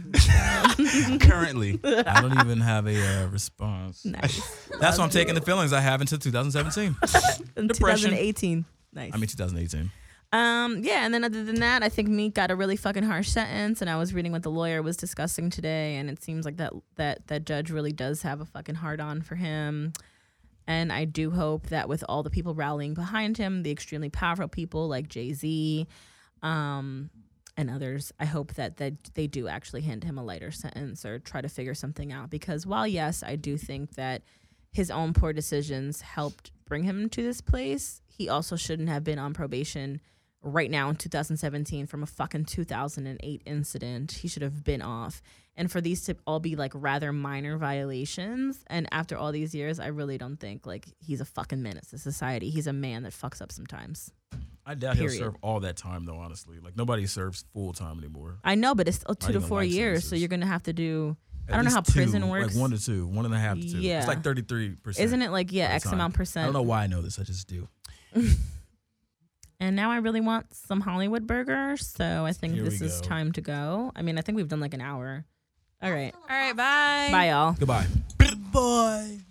[LAUGHS]
Currently,
I don't even have a uh, response. That's why I'm taking the feelings I have into
[LAUGHS]
2017.
In
Depression.
2018. Nice.
I mean 2018.
Um, yeah, and then other than that, I think Meek got a really fucking harsh sentence, and I was reading what the lawyer was discussing today, and it seems like that that that judge really does have a fucking hard on for him. And I do hope that with all the people rallying behind him, the extremely powerful people like Jay Z, um, and others, I hope that that they do actually hand him a lighter sentence or try to figure something out. Because while yes, I do think that his own poor decisions helped bring him to this place. He also shouldn't have been on probation right now in 2017 from a fucking 2008 incident. He should have been off. And for these to all be like rather minor violations, and after all these years, I really don't think like he's a fucking menace to society. He's a man that fucks up sometimes.
I doubt
Period.
he'll serve all that time though. Honestly, like nobody serves full time anymore.
I know, but it's still
Not
two to
even
four
life
years, so
sentences.
you're gonna have to do.
At
I don't know
least
how prison
two,
works.
Like one to two, one and a half to two.
Yeah.
It's like 33 percent.
Isn't it like, yeah, X amount percent?
I don't know why I know this. I just do.
and now I really want some Hollywood burger, so I think
Here
this
we
is
go.
time to go. I mean, I think we've done like an hour. All right,
All right. Bye.
bye y'all.
Goodbye.
Bye.